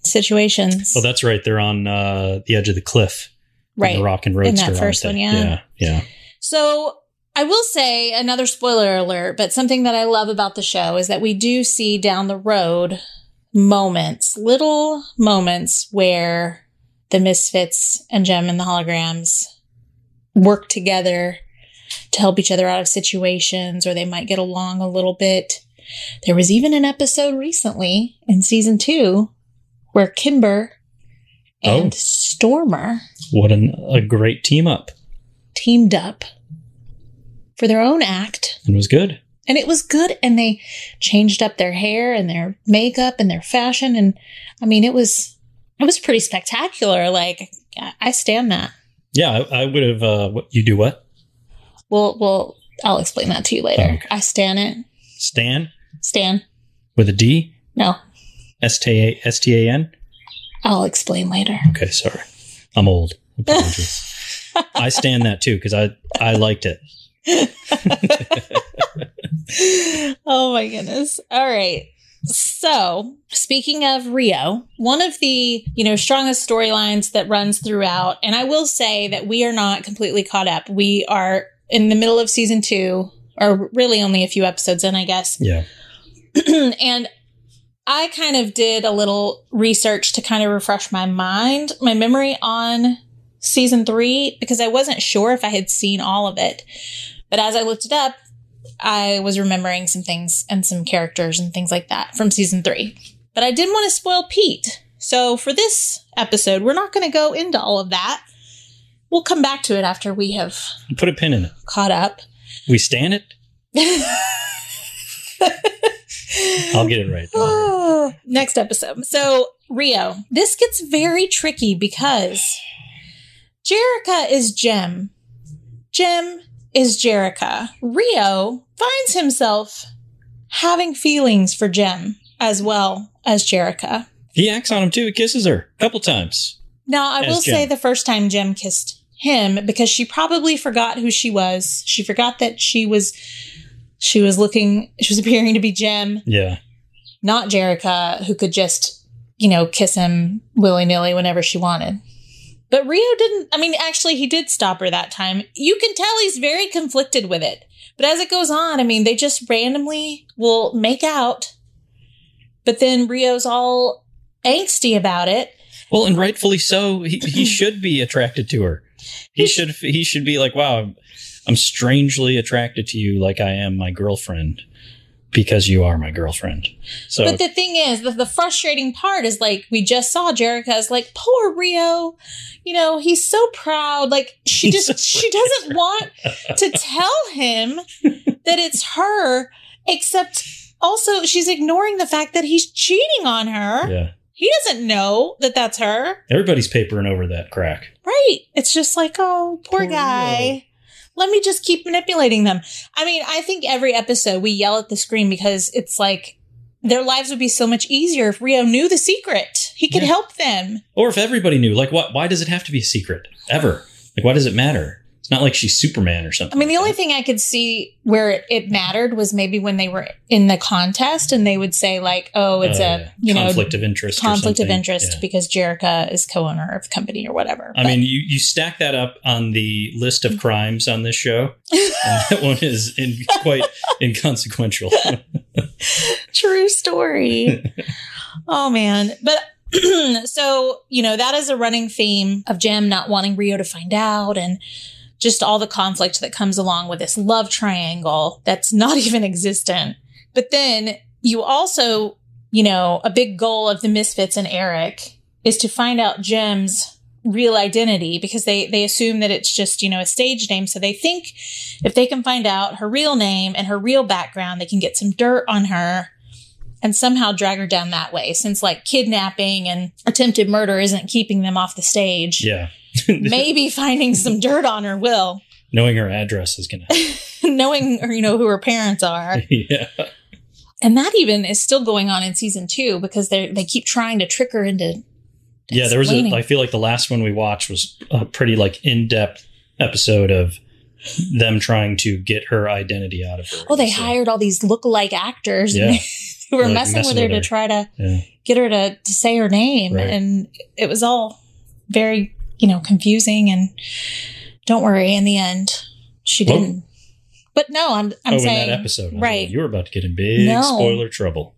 situations. Oh, that's right. They're on uh, the edge of the cliff. in right. The rock and roadster. aren't first they? one, yeah. Yeah. Yeah. So I will say another spoiler alert, but something that I love about the show is that we do see down the road moments, little moments where the misfits and Gem and the holograms work together to help each other out of situations or they might get along a little bit. There was even an episode recently in season two where Kimber and Oh. Stormer What an, a great team up. teamed up for their own act It was good. and it was good and they changed up their hair and their makeup and their fashion and i mean it was it was pretty spectacular like i I stand that Yeah, I, I would have. Uh, what, you do what? we'll we'll i'll explain that to you later Okay. i stand it Stan stan with a D. no S T A S T A N. i'll explain later Okay, sorry. I'm old. Apologies. I stand that too because I I liked it. oh my goodness. All right. So, speaking of Rio, one of the, you know, strongest storylines that runs throughout, and I will say that we are not completely caught up. We are in the middle of season 2 or really only a few episodes in, I guess. Yeah. and I kind of did a little research to kind of refresh my mind, my memory on season three, because I wasn't sure if I had seen all of it. But as I looked it up, I was remembering some things and some characters and things like that from season three. But I didn't want to spoil Pete. So for this episode, we're not going to go into all of that. We'll come back to it after we have Put a pin in it. caught up. We stand it. I'll get it right. Don't worry. Oh, Next episode. So, Rio, this gets very tricky because Jerica is Jem. Jem is Jerica. Rio finds himself having feelings for Jem as well as Jerica. He acts on him too. He kisses her a couple times. Now, I As will say Jem. the first time Jem kissed him because she probably forgot who she was. She forgot that she was She was looking, she was appearing to be Jem, Yeah. not Jerica, who could just, you know, kiss him willy nilly whenever she wanted. But Rio didn't, I mean, actually, he did stop her that time. You can tell he's very conflicted with it. But as it goes on, I mean, they just randomly will make out. But then Rio's all angsty about it. Well, and rightfully so. He, he should be attracted to her. He should he should be like, wow, I'm- I'm strangely attracted to you, like I am my girlfriend, because you are my girlfriend. So But the thing is, the, the frustrating part is like we just saw Jerica is like poor Rio, you know he's so proud. Like she just He's so she doesn't want to tell him that it's her. Except also she's ignoring the fact that he's cheating on her. yeah, He doesn't know that that's her, everybody's papering over that crack. right? It's just like oh poor, Poor guy. Rio. Let me just keep manipulating them. I mean, I think every episode we yell at the screen because it's like their lives would be so much easier if Rio knew the secret. He could Yeah. help them. Or if everybody knew, like, what? Why does it have to be a secret ever? Like, why does it matter? It's not like she's Superman or I something. mean, the like only that. thing I could see where it, it mattered was maybe when they were in the contest and they would say like, "Oh, it's Uh, a you conflict know of interest. or conflict of something. interest Yeah. because Jerica is co-owner of the company or whatever." I But- mean, you, you stack that up on the list of crimes on this show, and that one is in, quite inconsequential. True story. oh man. But so, you know, that is a running theme of Jem not wanting Rio to find out and just all the conflict that comes along with this love triangle that's not even existent. But then you also, you know, a big goal of the Misfits and Eric is to find out Jem's real identity because they they assume that it's just, you know, a stage name, so they think if they can find out her real name and her real background, they can get some dirt on her and somehow drag her down that way. Since like kidnapping and attempted murder isn't keeping them off the stage, yeah, maybe finding some dirt on her will, knowing her address is gonna. Help. knowing you know who her parents are. yeah, And that even is still going on in season two because they they keep trying to trick her into yeah. There was a. explaining. I feel like the last one we watched was a pretty like in depth episode of them trying to get her identity out of her. oh they So, hired all these lookalike actors and Yeah. who were Like messing, with her to try to Yeah. get her to, to say her name Right. and it was all very you know confusing and don't worry in the end she Well- didn't but no i'm, I'm oh, saying in that episode, I was right. like, you were about to get in big No. spoiler trouble.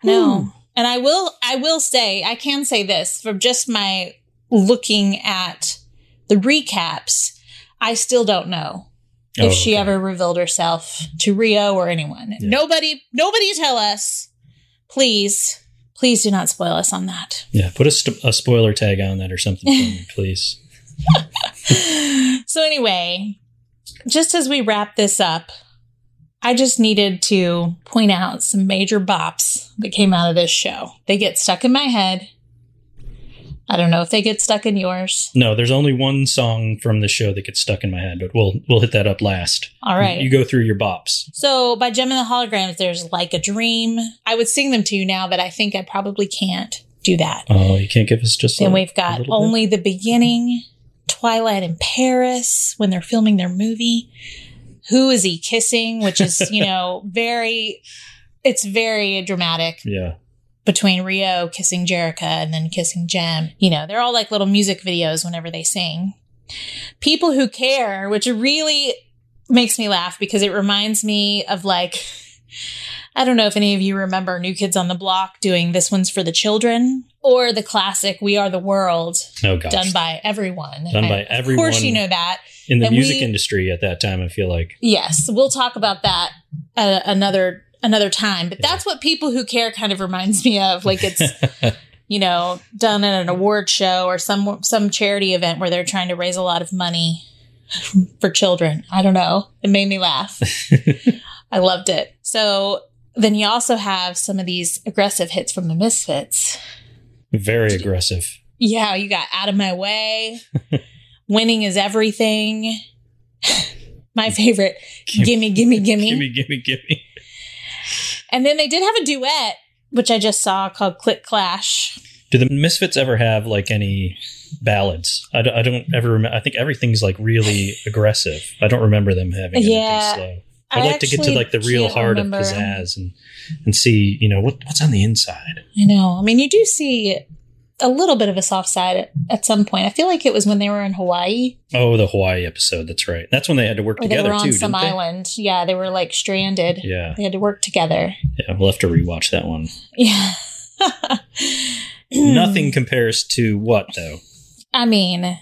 Hmm. no and i will i will say i can say this from just my looking at the recaps i still don't know if Oh, she okay. ever revealed herself to rio or anyone Yeah. nobody nobody tell us please please do not spoil us on that Yeah, put a, st- a spoiler tag on that or something, for me, please. so anyway, just as we wrap this up, I just needed to point out some major bops that came out of this show. They get stuck in my head. I don't know if they get stuck in yours. No, there's only one song from the show that gets stuck in my head, but we'll we'll hit that up last. All right. You go through your bops. so by Gem and the Holograms, there's Like a Dream. I would sing them to you now, but I think I probably can't do that. Oh, you can't give us just Then a- we've a got little bit? Only the Beginning, Twilight in Paris when they're filming their movie. Who is he kissing? Which is, you know, very, it's very dramatic Yeah. between Rio kissing Jerica and then kissing Jem. You know, they're all like little music videos whenever they sing. People Who Care, which really makes me laugh because it reminds me of like, I don't know if any of you remember New Kids on the Block doing This One's for the Children or the classic We Are the World Oh gosh. done by everyone. Done by Of everyone course, you know that. in the and music we- industry at that time, I feel like. Yes, we'll talk about that uh, another another time. But Yeah. that's what people who care kind of reminds me of. Like it's you know done at an award show or some some charity event where they're trying to raise a lot of money for children. I don't know. It made me laugh. I loved it. So then you also have some of these aggressive hits from the Misfits. Very aggressive. Yeah, you got out of my way. Winning is everything. my favorite. Gimme, gimme, gimme. Gimme, gimme, gimme. And then they did have a duet, which I just saw called Click Clash. Do the Misfits ever have like any ballads? I don't, I don't ever remember. I think everything's like really aggressive. I don't remember them having anything Yeah. slow. I'd I like to get to actually like the real can't heart remember. of pizzazz and and see you know what what's on the inside. I know. I mean, you do see a little bit of a soft side at, at some point. I feel like it was when they were in Hawaii Oh, the Hawaii episode. That's right. That's when they had to work or Oh, they together were on too. some didn't they? island. Yeah, they were like stranded. Yeah, They had to work together. yeah. We'll have to rewatch that one. Yeah. Hmm. Nothing compares to what though. I mean,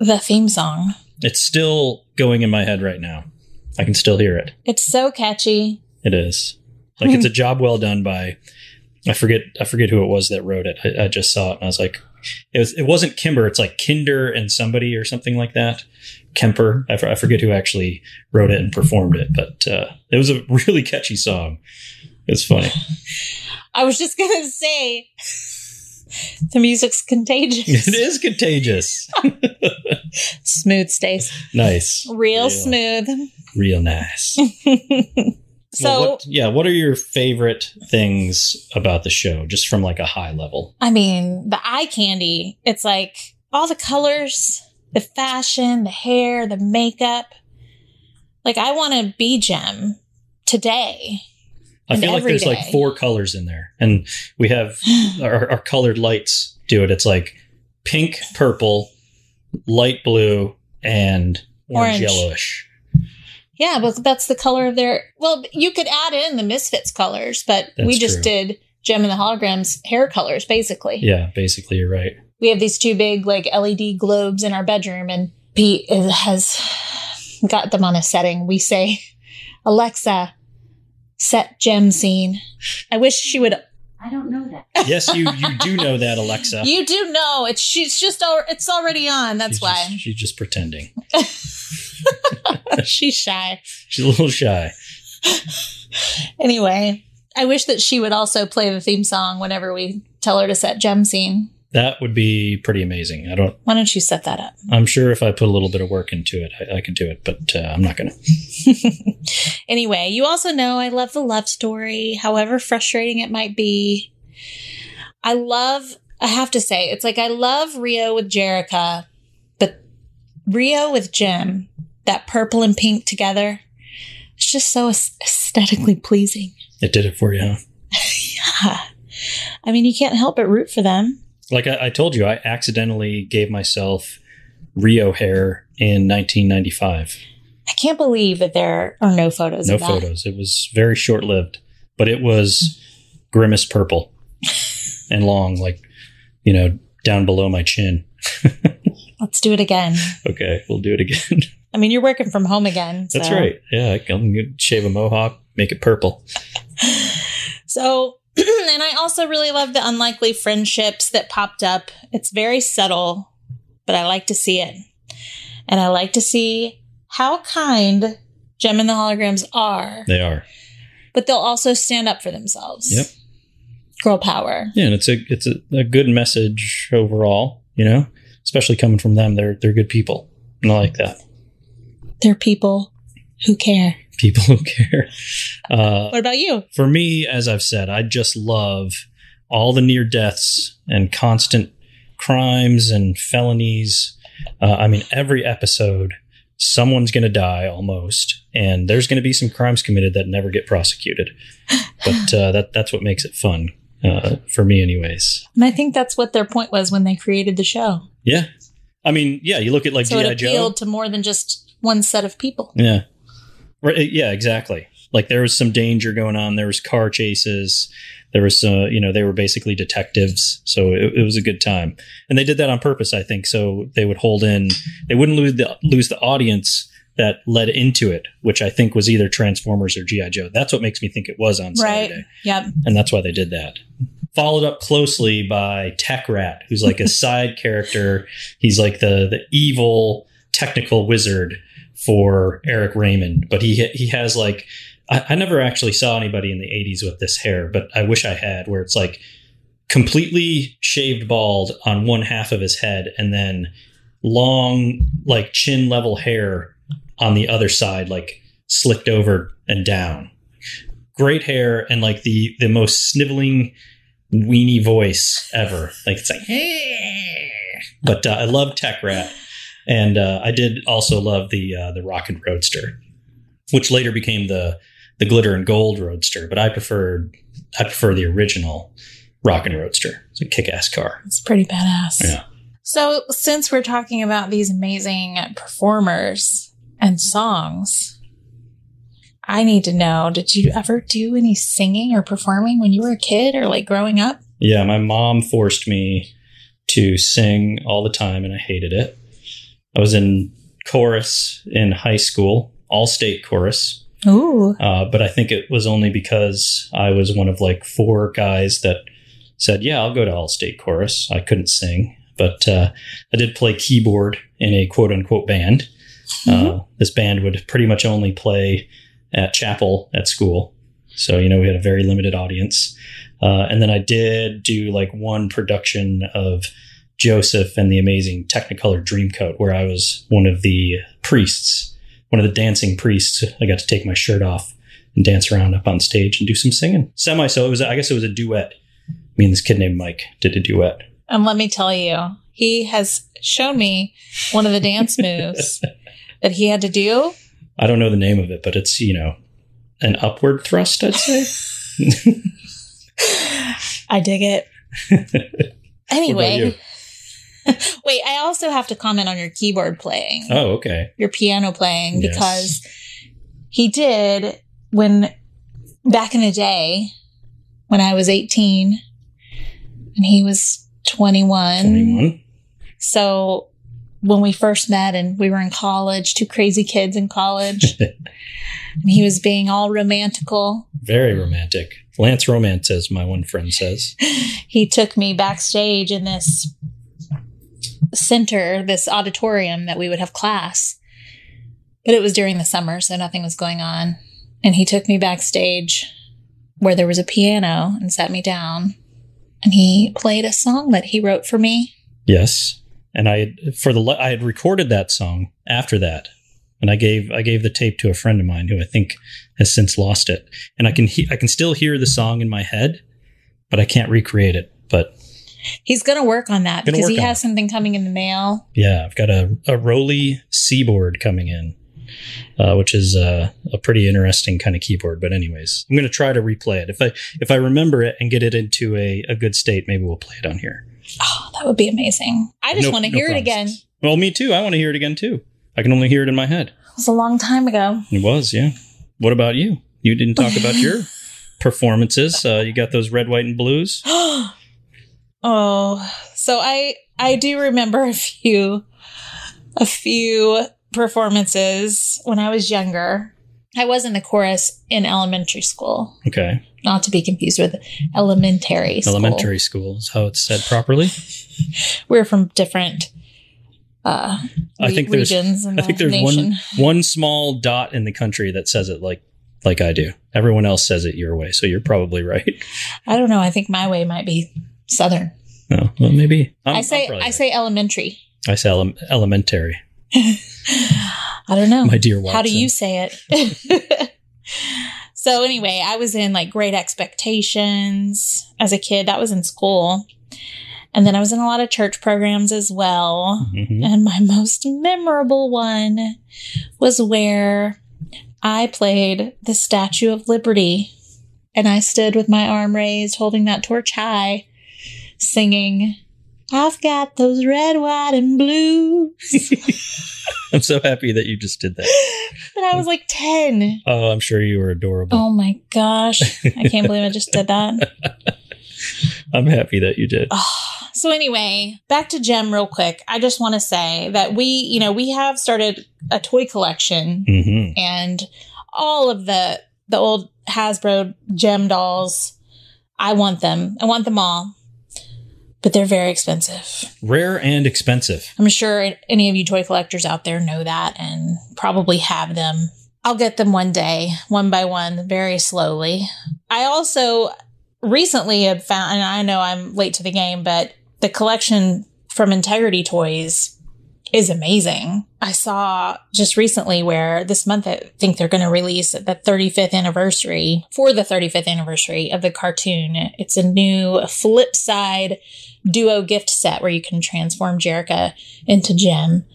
the theme song. It's still going in my head right now. I can still hear it. It's so catchy. It is like Hmm. it's a job well done by. I forget. I forget who it was that wrote it. I, I just saw it and I was like, it was. It wasn't Kimber. It's like Kinder and somebody or something like that. Kemper. I, for- I forget who actually wrote it and performed it, but uh, it was a really catchy song. It's funny. I was just going to say the music's contagious. It is contagious. smooth stays. nice. Real Yeah. smooth. Real nice. so, Well, what, yeah. What are your favorite things about the show, just from like a high level? I mean, the eye candy, it's like all the colors, the fashion, the hair, the makeup. Like, I want to be Gem today. I And feel like every there's like day. four colors in there, and we have our, our colored lights do it. It's like pink, purple, light blue, and Orange. orange, yellowish. Yeah, but that's the color of their. Well, you could add in the Misfits colors, but That's we just true. did Gem and the Holograms hair colors, basically. Yeah, basically, you're right. We have these two big, like, LED globes in our bedroom, and Pete is, has got them on a setting. We say, Alexa, set Gem scene. I wish she would I don't know that. Yes, you you do know that, Alexa. You do know it's she's just al- it's already on. That's She's just- why she's just pretending. she's shy. She's a little shy. Anyway, I wish that she would also play the theme song whenever we tell her to set gem scene. That would be pretty amazing. I don't. Why don't you set that up? I'm sure if I put a little bit of work into it, I, I can do it. But uh, I'm not gonna. Anyway, you also know I love the love story, however frustrating it might be. I love, I have to say, it's like I love Rio with Jerica, but Rio with Jim, that purple and pink together, it's just so aes- aesthetically pleasing. It did it for you, huh? Yeah. I mean, you can't help but root for them. Like I, I told you, I accidentally gave myself Rio hair in 1995. I can't believe that there are no photos no of that. photos. It was very short lived, but it was grimace purple and long, like you know, down below my chin. Let's do it again. Okay, we'll do it again. I mean, you're working from home again. That's so- right. Yeah, I can shave a mohawk, make it purple. So, and I also really love the unlikely friendships that popped up. It's very subtle, but I like to see it. And I like to see how kind Gem and the holograms are, They are. but they'll also stand up for themselves. Yep. Girl power. Yeah, and it's a it's a, a good message overall. You know, especially coming from them, they're they're good people, and I like that. They're people who care. People who care. Uh, What about you? for me, as I've said, I just love all the near deaths and constant crimes and felonies. Uh, I mean, every episode, someone's going to die almost, and there's going to be some crimes committed that never get prosecuted. But uh, that that's what makes it fun uh, for me, anyways. And I think that's what their point was when they created the show. Yeah, I mean, yeah, you look at like so GI it Joe. appealed to more than just one set of people. Yeah. Right. uh, Yeah, exactly. Like there was some danger going on. There was car chases. There was some, you know, they were basically detectives. So it, it was a good time. And they did that on purpose, I think. So they would hold in, they wouldn't lose the, lose the audience that led into it, which I think was either Transformers or G.I. Joe. That's what makes me think it was on Saturday Right. Yep. and that's why they did that. Followed up closely by Tech Rat, who's like a side character. He's like the the evil technical wizard for Eric Raymond, but he he has like I, I never actually saw anybody in the '80s with this hair, but I wish I had, where it's like completely shaved bald on one half of his head, and then long like chin level hair on the other side, like slicked over and down great hair and like the the most sniveling weenie voice ever like it's like "Hey." but uh, i love tech rat and uh, i did also love the uh, the rocket roadster which later became the the glitter and gold roadster. But I preferred I prefer the original Rockin' Roadster. It's a kick ass car. It's pretty badass. Yeah. So, since we're talking about these amazing performers and songs, I need to know did you ever do any singing or performing when you were a kid or like growing up? Yeah, my mom forced me to sing all the time and I hated it. I was in chorus in high school, all state chorus. Ooh. Uh, but I think it was only because I was one of like four guys that said, Yeah, I'll go to all state chorus. I couldn't sing, but uh, I did play keyboard in a quote unquote band. Uh, this band would pretty much only play at chapel at school. So, you know, we had a very limited audience. Uh, and then I did do like one production of Joseph and the Amazing Technicolor Dreamcoat, where I was one of the priests, one of the dancing priests. I got to take my shirt off and dance around up on stage and do some singing. Semi, so it was, I guess it was a duet. Me and this kid named Mike did a duet. And let me tell you, he has shown me one of the dance moves that he had to do. I don't know the name of it, but it's, you know, an upward thrust, I'd say. I dig it. What about Anyway, you? wait, I also have to comment on your keyboard playing. Oh, okay. your piano playing Yes. because he did when back in the day when I was 18 and he was 21. 21. So when we first met and we were in college, two crazy kids in college, and he was being all romantical. Very romantic. Lance Romance, as my one friend says. he took me backstage in this center, this auditorium that we would have class. But it was during the summer, so nothing was going on. And he took me backstage where there was a piano and sat me down. And he played a song that he wrote for me. Yes, and I had, for the le- I had recorded that song after that, and I gave I gave the tape to a friend of mine who I think has since lost it, and I can he- I can still hear the song in my head, but I can't recreate it. But He's going to work on that Gonna because he work on has something coming in the mail. yeah, I've got a a Roly Seaboard coming in, uh, which is uh, a pretty interesting kind of keyboard. But anyways, I'm gonna try to replay it if I if I remember it and get it into a a good state. Maybe we'll play it on here. Oh, that would be amazing. I just No- want to no hear it again. promises. Well, me too. I want to hear it again too. I can only hear it in my head. It was a long time ago. It was, yeah. What about you? You didn't talk about your performances. Uh, you got those red, white, and blues. oh, so I I do remember a few a few performances when I was younger. I was in the chorus in elementary school, Okay, not to be confused with elementary school. elementary school is how it's said properly. We're from different uh I think there's, regions in I the think there's nation. one one small dot in the country that says it like like I do. Everyone else says it your way, so you're probably right. I don't know, I think my way might be southern. No, Oh, well, maybe I'm- i I'm say probably I right. say elementary. I say ele- elementary, I don't know. my dear. Watson. How do you say it? so anyway, I was in like great expectations as a kid. That was in school. And then I was in a lot of church programs as well. Mhm. And my most memorable one was where I played the Statue of Liberty. And I stood with my arm raised, holding that torch high, singing, I've got those red, white, and blues. I'm so happy that you just did that. and I was like 10. Oh, I'm sure you were adorable. Oh my gosh. I can't believe I just did that. Oh. I'm happy that you did. Ah, so, anyway, back to Gem real quick. I just want to say that we, you know, we have started a toy collection hmm and all of the the old Hasbro Gem dolls. I want them. I want them all. But they're very expensive. Rare and expensive. I'm sure any of you toy collectors out there know that and probably have them. I'll get them one day, one by one, very slowly. I also recently have found, and I know I'm late to the game, but the collection from Integrity Toys is amazing. I saw just recently where this month I think they're going to release the 35th anniversary for the 35th anniversary of the cartoon. It's a new flip side duo gift set where you can transform Jerica into Jem.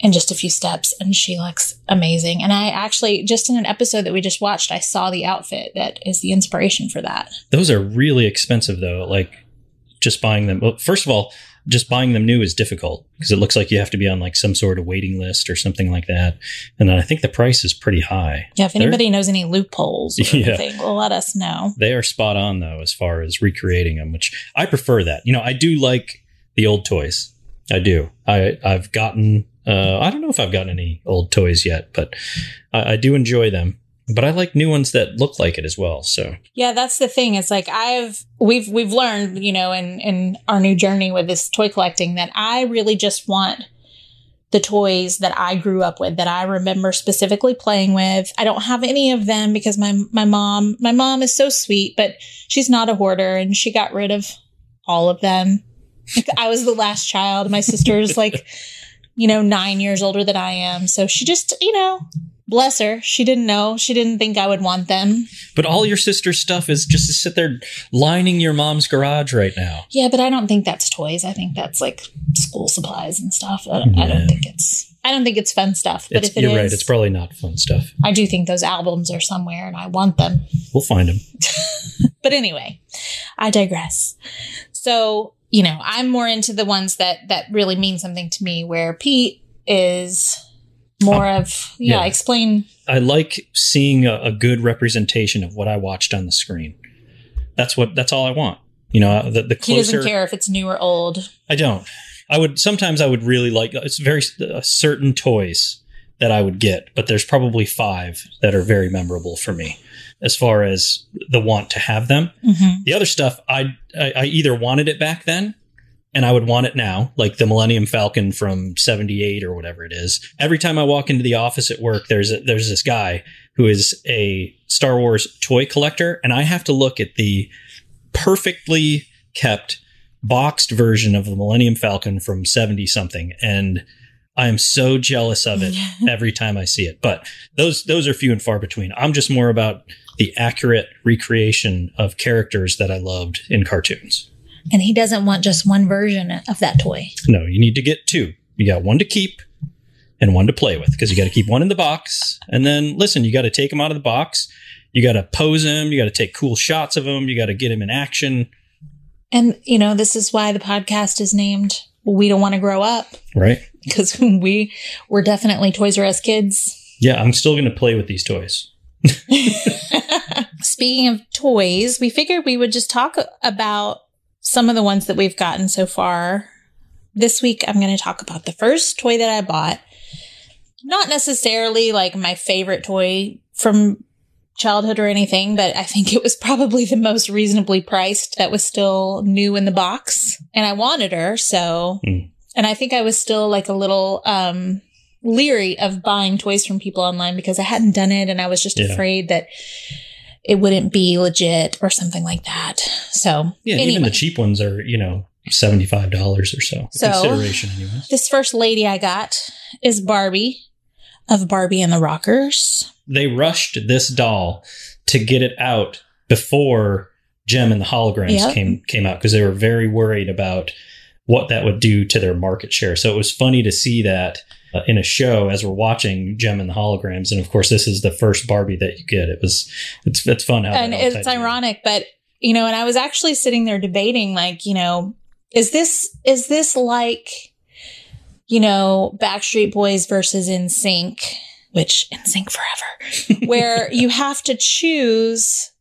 in just a few steps and she looks amazing. And I actually just in an episode that we just watched, I saw the outfit that is the inspiration for that. Those are really expensive though. Like just buying them. Well, first of all, just buying them new is difficult because it looks like you have to be on like some sort of waiting list or something like that. And then I think the price is pretty high. Yeah, if They're- anybody knows any loopholes or Yeah. anything, let us know. They are spot on though as far as recreating them, which I prefer that. You know, I do like the old toys. I do. I I've gotten uh, I don't know if I've gotten any old toys yet, but I, I do enjoy them. But I like new ones that look like it as well. So Yeah, that's the thing. It's like I've we've we've learned, you know, in in our new journey with this toy collecting that I really just want the toys that I grew up with that I remember specifically playing with. I don't have any of them because my my mom my mom is so sweet, but she's not a hoarder and she got rid of all of them. Like, I was the last child. My sister's like, you know, 9 years older than I am. So she just, you know, bless her. She didn't know. She didn't think I would want them. But all your sister's stuff is just to sit there lining your mom's garage right now. Yeah, but I don't think that's toys. I think that's like school supplies and stuff. I don't, I Yeah. don't think it's. I don't think it's fun stuff. But It's, if it you're right. is, It's probably not fun stuff. I do think those albums are somewhere, and I want them. We'll find them. But anyway, I digress. So you know, I'm more into the ones that that really mean something to me. Where Pete is more of yeah, yeah. Explain. I like seeing a, a good representation of what I watched on the screen. That's what. That's all I want. You know, the, the He closer doesn't care if it's new or old. I don't. I would sometimes I would really like it's very uh, certain toys that I would get, but there's probably five that are very memorable for me as far as the want to have them. Mhm. The other stuff I, I I either wanted it back then and I would want it now, like the Millennium Falcon from 78 or whatever it is. Every time I walk into the office at work, there's a, there's this guy who is a Star Wars toy collector and I have to look at the perfectly kept boxed version of the Millennium Falcon from 70 something and I am so jealous of it every time I see it. But those those are few and far between. I'm just more about the accurate recreation of characters that I loved in cartoons. And he doesn't want just one version of that toy. No, you need to get two. You got one to keep and one to play with because you got to keep one in the box. And then listen, you got to take them out of the box. You got to pose them. You got to take cool shots of them. You got to get them in action. And you know, this is why the podcast is named "We Don't Want to Grow Up." Right. because we were definitely Toys R Us kids. Yeah, I'm still going to play with these toys. Speaking of toys, we figured we would just talk about some of the ones that we've gotten so far. This week, I'm going to talk about the first toy that I bought. Not necessarily like my favorite toy from childhood or anything, but I think it was probably the most reasonably priced that was still new in the box. And I wanted her, so. Hmm. And I think I was still like a little um leery of buying toys from people online because I hadn't done it and I was just Yeah. afraid that it wouldn't be legit or something like that. So, Yeah, and even the cheap ones are, you know, $75 or so. So- Consideration, anyways. this first lady I got is Barbie of Barbie and the Rockers. they rushed this doll to get it out before Gem and the holograms Yep. came came out because they were very worried about what that would do to their market share. So it was funny to see that uh, in a show as we're watching Gem and the holograms, and of course this is the first Barbie that you get. It was it's it's fun how that and all it's ties in. ironic, but you know, and I was actually sitting there debating like, you know, is this is this like you know, Backstreet Boys versus In Sync, which In Sync forever, where you have to choose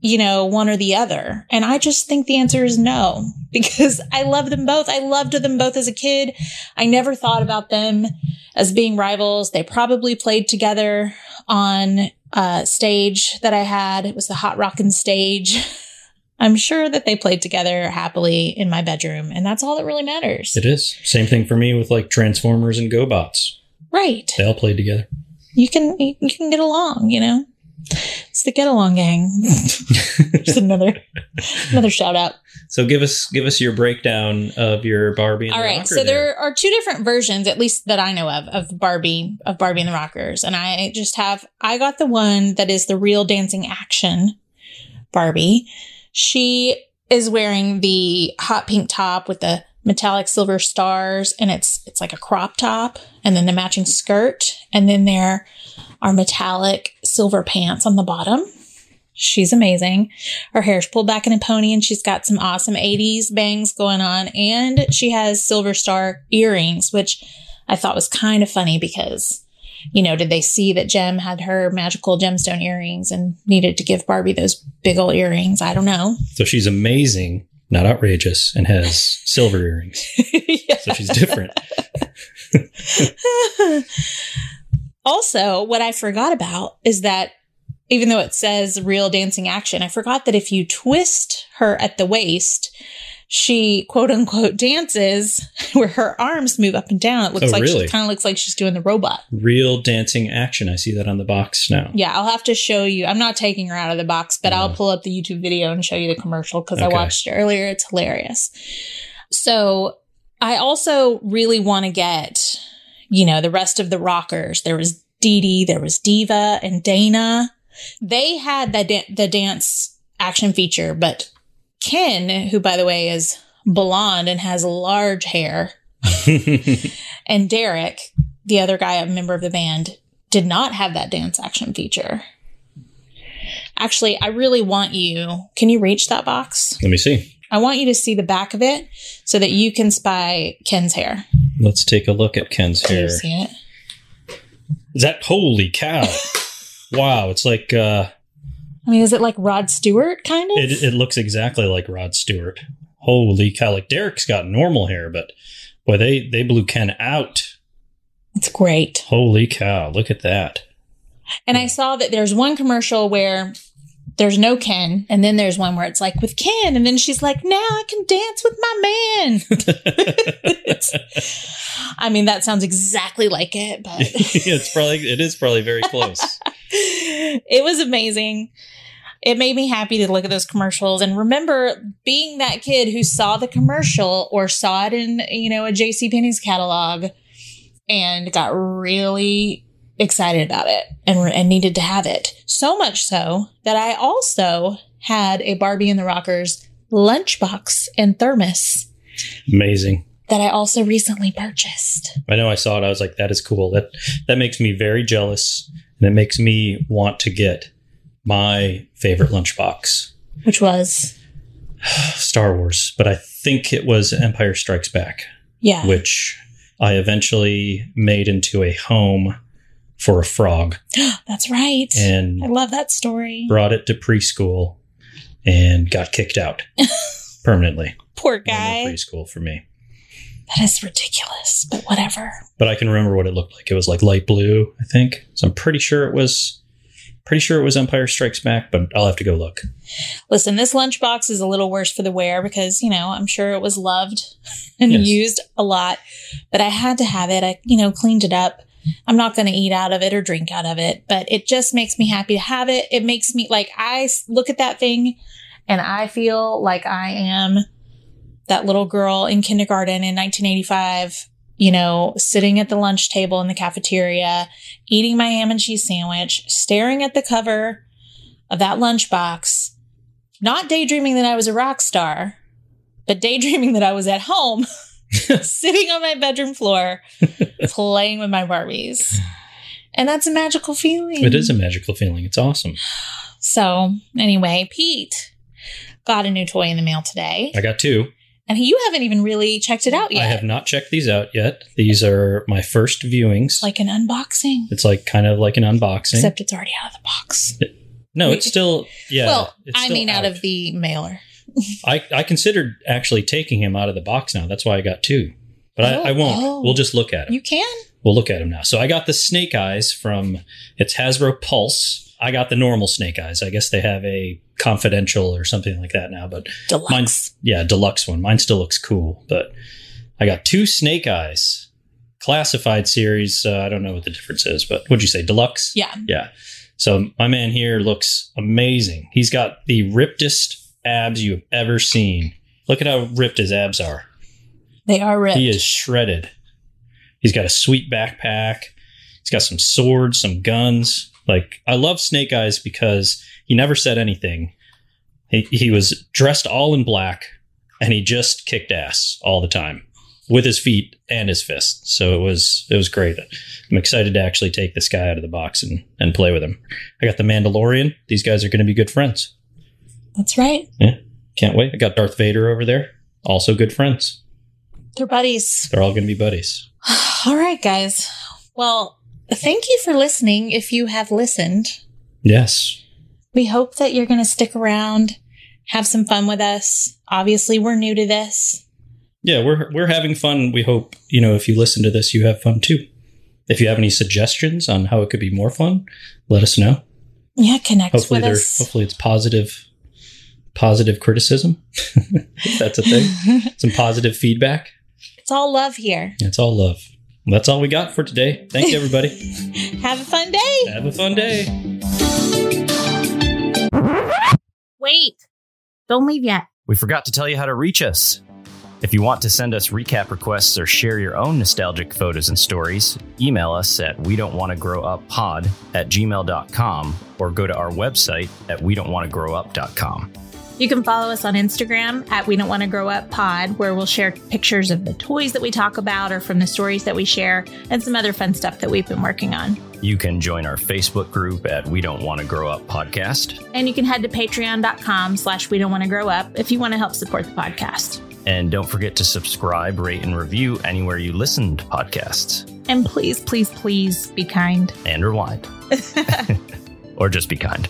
you know, one or the other. And I just think the answer is no because I love them both. I loved them both as a kid. I never thought about them as being rivals. They probably played together on a stage that I had. It was the Hot Rockin' stage. I'm sure that they played together happily in my bedroom, and that's all that really matters. It is same thing for me with like Transformers and GoBots. Right. They all played together. You can you can get along, you know. It's the get along gang. Just another another shout out. So give us give us your breakdown of your Barbie. And All the right, Rocker so there are two different versions, at least that I know of, of Barbie of Barbie and the Rockers, and I just have I got the one that is the real dancing action Barbie. She is wearing the hot pink top with the metallic silver stars and it's it's like a crop top and then the matching skirt and then there are metallic silver pants on the bottom. She's amazing. Her hair's pulled back in a pony and she's got some awesome 80s bangs going on and she has silver star earrings which I thought was kind of funny because you know, did they see that Jem had her magical gemstone earrings and needed to give Barbie those big old earrings? I don't know. So she's amazing, not outrageous, and has silver earrings. So she's different. also, what I forgot about is that even though it says real dancing action, I forgot that if you twist her at the waist, she quote unquote dances where her arms move up and down. It looks Oh, like really? she kind of looks like she's doing the robot. Real dancing action. I see that on the box now. Yeah, I'll have to show you. I'm not taking her out of the box, but I'll Mhm. pull up the YouTube video and show you the commercial because I Okay. watched it earlier. It's hilarious. So I also really want to get, you know, the rest of the rockers. There was Dee Dee, there was Diva and Dana. They had the, da- the dance action feature, but Ken, who by the way is blonde and has large hair, and Derek, the other guy, a member of the band, did not have that dance action feature. Actually, I really want you. Can you reach that box? Let me see. I want you to see the back of it so that you can spy Ken's hair. Let's take a look at Ken's Can hair. you see it? Is that holy cow? wow, it's like uh I mean, is it like Rod Stewart kind of? it it looks exactly like Rod Stewart. Holy cow. Like Derek's got normal hair, but boy, they they blew Ken out. it's great. Holy cow, look at that. And I saw that there's one commercial where there's no Ken, and then there's one where it's like with Ken, and then she's like, now I can dance with my man. It's- I mean, that sounds exactly like it, but it's probably it is probably very close. it was amazing. It made me happy to look at those commercials and remember being that kid who saw the commercial or saw it in, you know, a JC Penney's catalog and got really excited about it and, and needed to have it. So much so that I also had a Barbie and the Rockers lunchbox and thermos Amazing. that I also recently purchased. I know I saw it. I was like, that is cool. That that makes me very jealous, and it makes me want to get my favorite lunchbox, Which was, Star Wars. But I think it was Empire Strikes Back, yeah. which I eventually made into a home for a frog That's right. I and love that story. brought it to preschool and got kicked out permanently. Poor No more guy. preschool for me. That is ridiculous, but whatever. but I can remember what it looked like. It was like light blue, I think. So I'm pretty sure it was pretty sure it was Empire Strikes Back, but I'll have to go look. Listen, this lunchbox is a little worse for the wear because, you know, I'm sure it was loved and Yes. used a lot, but I had to have it. I, you know, cleaned it up. I'm not going to eat out of it or drink out of it, but it just makes me happy to have it. It makes me like, I s- look at that thing and I feel like I am that little girl in kindergarten in 1985, you know, sitting at the lunch table in the cafeteria, eating my ham and cheese sandwich, staring at the cover of that lunchbox, not daydreaming that I was a rock star, but daydreaming that I was at home, sitting on my bedroom floor, playing with my Barbies. And that's a magical feeling. It is a magical feeling. It's awesome. So, anyway, Pete got a new toy in the mail today. I got two. And you haven't even really checked it out yet. I have not checked these out yet. These are my first viewings. Like an unboxing, it's like kind of like an unboxing. except it's already out of the box. no, it's still yeah. well, it's I still mean, out. of the mailer. I I considered actually taking him out of the box now. That's why I got two. But Oh, I, I won't. oh. We'll just look at him. You can? We'll look at him now. So I got the snake eyes from it's Hasbro Pulse. I got the normal snake eyes. I guess they have a confidential or something like that now, but Deluxe. mine's yeah, deluxe one. Mine still looks cool, but I got two snake eyes. Classified series. Uh, I don't know what the difference is, but what'd you say? Deluxe? Yeah. Yeah. So my man here looks amazing. He's got the rippedest abs you have ever seen. Look at how ripped his abs are. They are ripped. He is shredded. He's got a sweet backpack. He's got some swords, some guns. Like I love Snake Eyes because he never said anything. He, he was dressed all in black, and he just kicked ass all the time with his feet and his fists. So it was it was great. I'm excited to actually take this guy out of the box and and play with him. I got the Mandalorian. These guys are going to be good friends. That's right. Can't wait. I got Darth Vader over there. Also good friends. They're buddies. They're all going to be buddies. All right, guys. Well, thank you for listening. If you have listened, Yes. we hope that you're going to stick around, have some fun with us. Obviously, we're new to this. Yeah, we're we're having fun. We hope, you know, if you listen to this, you have fun too. If you have any suggestions on how it could be more fun, let us know. Yeah, connect hopefully with they're us. hopefully it's positive positive criticism if that's a thing some positive feedback It's all love here. it's all love that's all we got for today thanks everybody Have a fun day. have a fun day Wait, don't leave yet. We forgot to tell you how to reach us. If you want to send us recap requests or share your own nostalgic photos and stories, email us at we don't want to grow up pod at gmail.com or go to our website at we don't want to grow up.com. You can follow us on Instagram at We Don't Want to Grow Up Pod, where we'll share pictures of the toys that we talk about or from the stories that we share and some other fun stuff that we've been working on. You can join our Facebook group at We Don't Want to Grow Up Podcast. And you can head to patreon.com slash we don't want to grow up if you want to help support the podcast. And don't forget to subscribe, rate, and review anywhere you listen to podcasts And please, please, please be kind. and rewind. or just be kind.